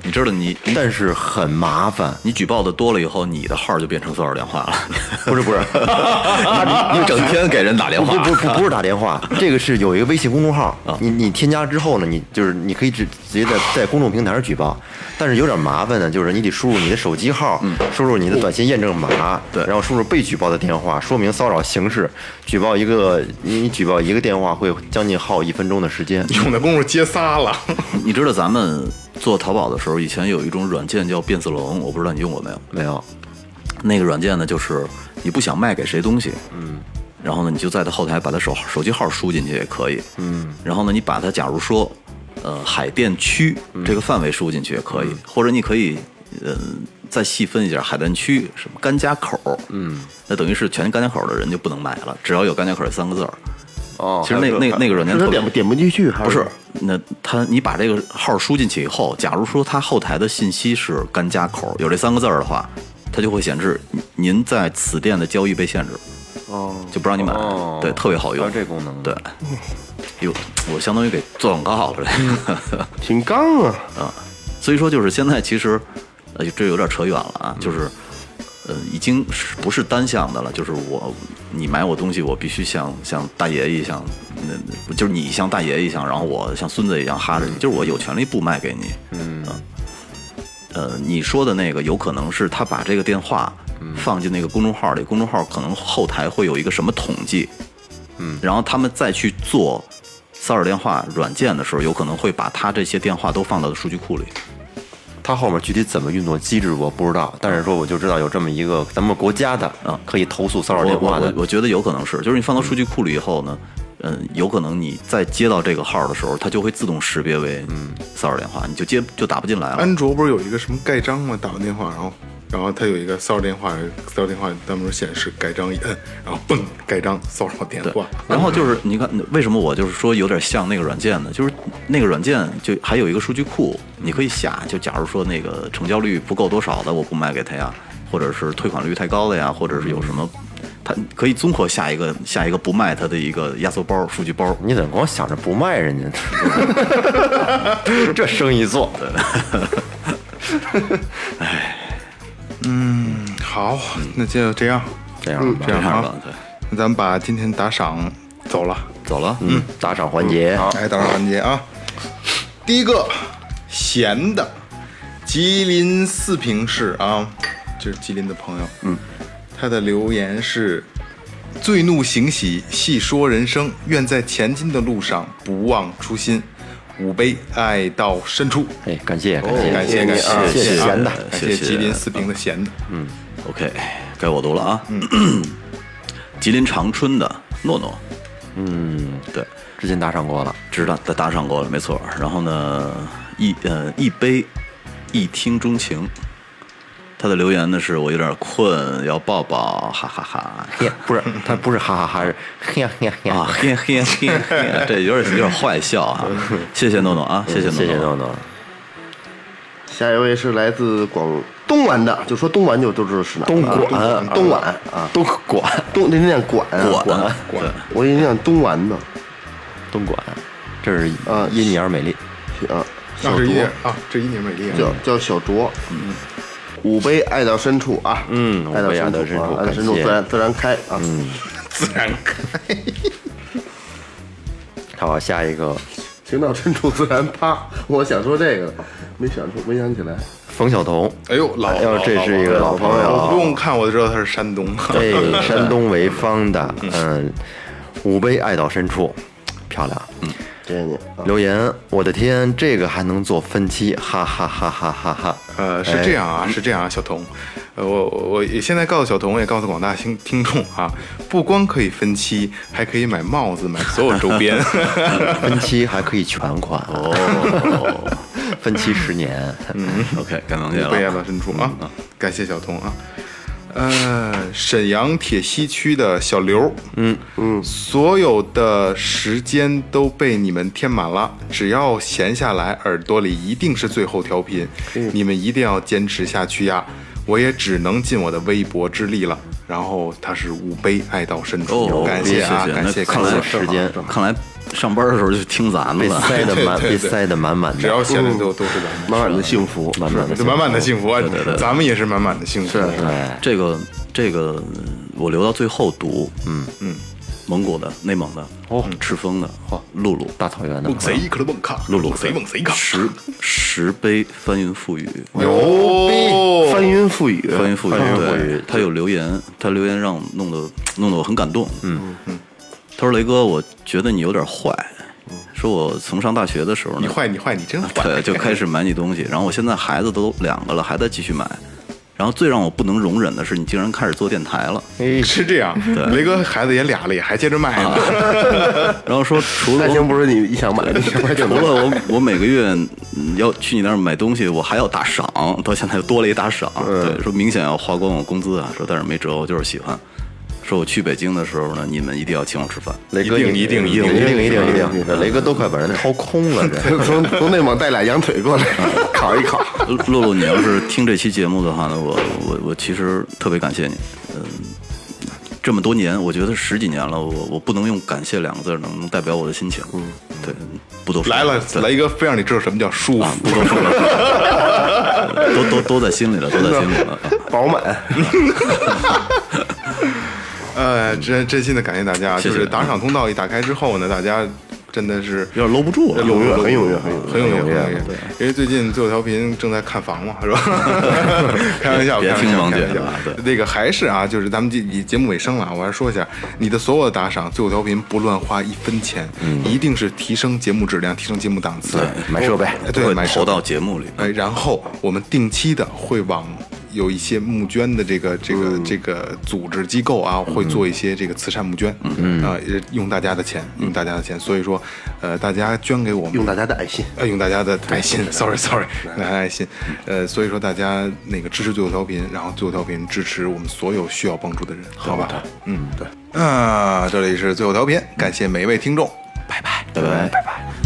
Speaker 4: 你知道你你
Speaker 5: 但是很麻烦，
Speaker 4: 你举报的多了以后，你的号就变成骚扰电话了。
Speaker 5: 不是不是，
Speaker 4: 你整天给人打电话
Speaker 5: 不，不 不不是打电话，这个是有一个微信公众号
Speaker 4: 啊，
Speaker 5: 你你添加之后呢，你就是你可以直直接在在公众平台上举报，但是有点麻烦呢，就是你得输入你的手机号，输入你的短信验证码，
Speaker 4: 嗯对
Speaker 5: 然后输入被举报的电话，说明骚扰形式，举报一个你你举报一个电话会将近耗一分钟的时间，
Speaker 2: 用的功夫接仨了，
Speaker 4: 你知道咱们做淘宝的时候，以前有一种软件叫变色龙，我不知道你用过没有？
Speaker 5: 没有，
Speaker 4: 那个软件呢，就是你不想卖给谁东西，嗯，然后呢，你就在它后台把它手手机号输进去也可以，嗯，然后呢，你把它假如说，呃，海淀区这个范围输进去也可以，或者你可以，呃，再细分一下海淀区什么甘家口，嗯，那等于是全甘家口的人就不能买了，只要有甘家口这三个字儿。
Speaker 5: 哦
Speaker 4: 其实那那那个软件
Speaker 3: 是
Speaker 4: 特
Speaker 3: 他
Speaker 4: 别
Speaker 3: 点不点不进去，还
Speaker 4: 不是，那他你把这个号输进去以后，假如说他后台的信息是甘家口有这三个字儿的话，它就会显示您在此店的交易被限制，
Speaker 5: 哦，
Speaker 4: 就不让你买。
Speaker 5: 哦
Speaker 4: 对，特别好
Speaker 5: 还
Speaker 4: 用
Speaker 5: 有这功能呢
Speaker 4: 对，哟，我相当于给做广告了 这个。
Speaker 3: 挺刚啊，
Speaker 4: 所以说，就是现在其实，呃，这有点扯远了啊，就是，呃，已经是不是单向的了，就是我你买我东西，我必须像像大爷一样，那那就是你像大爷一样，然后我像孙子一样哈着你，就是我有权利不卖给你，嗯、呃，你说的那个有可能是他把这个电话放进那个公众号里，公众号可能后台会有一个什么统计，嗯，然后他们再去做骚扰电话软件的时候，有可能会把他这些电话都放到数据库里。
Speaker 5: 它后面具体怎么运作机制我不知道，但是说我就知道有这么一个咱们国家的
Speaker 4: 嗯
Speaker 5: 可以投诉骚扰
Speaker 4: 我
Speaker 5: 电话
Speaker 4: 我
Speaker 5: 的
Speaker 4: 我，我觉得有可能是，就是你放到数据库里以后呢，嗯，有可能你在接到这个号的时候，它就会自动识别为
Speaker 5: 嗯
Speaker 4: 骚扰电话，你就接就打不进来了。
Speaker 2: 安卓不是有一个什么盖章吗？打完电话，然后，然后它有一个骚扰电话，骚扰电话弹幕显示盖章一摁，然后嘣，盖章骚扰电
Speaker 4: 对
Speaker 2: 话。，
Speaker 4: 然后就是你看，为什么我就是说有点像那个软件呢？就是那个软件就还有一个数据库，你可以下。就假如说那个成交率不够多少的，我不卖给他呀，或者是退款率太高的呀，或者是有什么，它可以综合下一个下一个不卖它的一个压缩包数据包。
Speaker 5: 你怎么光想着不卖人家？ 这生意做的，
Speaker 2: 嗯好，那就这样，
Speaker 5: 这样吧
Speaker 2: 这样
Speaker 4: 样
Speaker 2: 啊
Speaker 4: 吧对，
Speaker 2: 那咱们把今天打赏走了，
Speaker 4: 走了，
Speaker 5: 嗯，打赏环节，
Speaker 2: 来打赏环节啊。第一个咸的，吉林四平市啊，这是吉林的朋友，嗯，他的留言是。醉怒行喜，细说人生，愿在前进的路上不忘初心，五杯爱到深处。
Speaker 5: 哎，感谢感谢
Speaker 2: 哦感
Speaker 5: 谢
Speaker 2: 谢感谢
Speaker 5: 谢谢嗯
Speaker 2: 啊
Speaker 5: 闲的，
Speaker 2: 感
Speaker 4: 谢
Speaker 2: 谢
Speaker 4: 谢
Speaker 2: 吉林四平的咸的，
Speaker 4: OK，该我读了啊。 吉林长春的诺诺，嗯，对，
Speaker 5: 之前打赏过了，
Speaker 4: 知道打打赏过了，没错。然后呢，一呃一杯一听钟情，他的留言呢是我有点困，要抱抱，哈哈哈。
Speaker 5: 嘿不是，他不是哈哈哈，是嘿呀嘿呀嘿呀
Speaker 4: 啊，嘿嘿嘿嘿，这有点有点坏笑啊！谢谢诺诺啊，谢谢诺诺，
Speaker 5: 嗯谢谢诺诺，
Speaker 3: 下一位是来自广东莞的，就说东莞就都知道是哪儿了啊。
Speaker 5: 东莞
Speaker 3: 莞，东莞啊，
Speaker 5: 东莞，
Speaker 3: 东那念莞啊，
Speaker 4: 管啊
Speaker 3: 我一念东莞呢，
Speaker 5: 东莞，这是
Speaker 3: 啊
Speaker 5: 因你而美丽，
Speaker 3: 啊，
Speaker 2: 啊，这一点
Speaker 5: 嗯
Speaker 2: 啊，这一点美丽啊，
Speaker 3: 叫叫小卓，嗯，五杯爱到深处啊，
Speaker 5: 嗯
Speaker 3: 爱到
Speaker 5: 五杯爱到
Speaker 3: 深处
Speaker 5: 深处
Speaker 3: 啊，爱到
Speaker 5: 感
Speaker 3: 深处
Speaker 5: 谢
Speaker 3: 自然自然开啊，
Speaker 2: 自然开。
Speaker 5: 好，下一个
Speaker 3: 情到深处自然趴，我想说这个，没想出，没想起来，
Speaker 5: 冯晓彤，
Speaker 2: 哎呦，老
Speaker 5: 哎呦
Speaker 2: 老
Speaker 5: 这是一个
Speaker 2: 老
Speaker 5: 老朋友
Speaker 2: 我哦不用看我就知道他是山东。
Speaker 5: 哦对，山东潍坊的，嗯，五杯爱到深处，漂亮。
Speaker 3: 谢谢你啊，
Speaker 5: 留言，我的天，这个还能做分期，哈哈哈哈哈哈。
Speaker 2: 呃，是这样啊，是这样啊，小童，呃，我我也现在告诉小童，我也告诉广大听听众啊，不光可以分期，还可以买帽子，买所有周边。
Speaker 5: 分期还可以全款哦， 分期十年。
Speaker 2: 嗯
Speaker 4: OK，感谢
Speaker 2: 被爱
Speaker 4: 了。
Speaker 2: 到深处
Speaker 4: 嗯
Speaker 2: 啊！感谢小童啊。呃，沈阳铁西区的小刘，嗯嗯，所有的时间都被你们填满了，只要闲下来，耳朵里一定是最后调频，
Speaker 4: 嗯
Speaker 2: 你们一定要坚持下去呀！我也只能尽我的微薄之力了。然后他是五杯爱到深处，
Speaker 4: 哦，
Speaker 2: 感谢啊，
Speaker 4: 谢谢
Speaker 2: 感谢，
Speaker 4: 那看来
Speaker 2: 感谢
Speaker 5: 时间
Speaker 4: 看来上班的时候就听咱们
Speaker 5: 被
Speaker 4: 了。
Speaker 5: 塞得满，
Speaker 2: 对对对
Speaker 5: 被塞得满满的。
Speaker 2: 只要闲的都都是咱们。
Speaker 3: 满满的幸福，满满
Speaker 2: 就满满的幸福
Speaker 4: 嗯
Speaker 2: 啊！咱们也是满满的幸福。
Speaker 4: 这个这个我留到最后读，嗯嗯，蒙古的、内蒙的、哦，赤峰的、哦，露露、
Speaker 5: 大草原的
Speaker 2: 猛贼可能猛看，
Speaker 4: 露露
Speaker 2: 贼猛贼看。
Speaker 4: 十十杯翻云覆雨，
Speaker 2: 有
Speaker 4: 哦
Speaker 3: 翻云覆雨，
Speaker 4: 翻云覆
Speaker 5: 翻云覆雨
Speaker 4: 对，他有留言，他留言让我弄得弄得我很感动。嗯嗯，他说雷哥，我觉得你有点坏，说我从上大学的时候
Speaker 2: 你
Speaker 4: 呢，
Speaker 2: 坏，你坏，你真坏。
Speaker 4: 对，就开始买你东西，然后我现在孩子都两个了，还在继续买。然后最让我不能容忍的是，你竟然开始做电台了。
Speaker 2: 是这样，雷哥孩子也俩了，也还接着卖呢。
Speaker 4: 啊然后说除了
Speaker 3: 爱
Speaker 4: 我
Speaker 3: 情不是你一想买 的，
Speaker 4: 除了我， 我每个月嗯要去你那儿买东西，我还要打赏，到现在又多了一打赏。对，说明显要花光我工资啊，说但是没辙，我就是喜欢。说我去北京的时候呢，你们一定要请我吃饭。
Speaker 5: 雷哥，你
Speaker 2: 一定
Speaker 5: 你
Speaker 2: 一定一
Speaker 5: 一定一
Speaker 2: 定
Speaker 5: 定一定，这雷哥都快把人掏空了，这
Speaker 3: 从从内蒙带俩羊腿过来， 烤一烤，
Speaker 4: 露露，你要是听这期节目的话呢，我我我其实特别感谢你。嗯，这么多年，我觉得十几年了，我我不能用感谢两个字能能代表我的心情。嗯，对，不多 说
Speaker 2: 来了，
Speaker 4: 对
Speaker 2: 雷哥非让你知道什么叫舒
Speaker 4: 啊，
Speaker 2: 服。
Speaker 4: 不多说了，都都都在心里了，都在心里 了。啊
Speaker 3: 饱满。
Speaker 2: 呃，真真心的感谢大家。
Speaker 4: 谢
Speaker 2: 就
Speaker 4: 谢
Speaker 2: 是打赏通道一打开之后呢，大家真的是
Speaker 4: 有点搂不住了，
Speaker 2: 有有
Speaker 3: 很踊跃
Speaker 2: 很踊跃，很踊跃。因为最近最后调频正在看房嘛，是吧？ 开玩笑，
Speaker 4: 别
Speaker 2: 开玩
Speaker 4: 听
Speaker 2: 笑，
Speaker 4: 王
Speaker 2: 开
Speaker 4: 姐
Speaker 2: 玩笑
Speaker 4: 的啊对。
Speaker 2: 那个还是啊，就是咱们节以节目尾声了啊，我还说一下，你的所有的打赏，最后调频不乱花一分钱，一定是提升节目质量，提升节目档次，
Speaker 5: 买设备
Speaker 2: 哎
Speaker 4: 会
Speaker 2: 对，买
Speaker 4: 投
Speaker 2: 手
Speaker 4: 到节目里。
Speaker 2: 哎，然后我们定期的会往有一些募捐的这个这个、这个组织机构啊，会做一些这个慈善募捐，嗯啊、也用大家的钱，用大家的钱，所以说，呃，大家捐给我们
Speaker 3: 用。大家的爱心。
Speaker 2: 呃，用大家的爱心，sorry sorry，大家的爱心，呃，所以说大家那个支持最后调频，然后最后调频支持我们所有需要帮助的人，好吧？嗯，对。啊，这里是最后调频，感谢每一位听众，拜拜，拜拜，拜拜。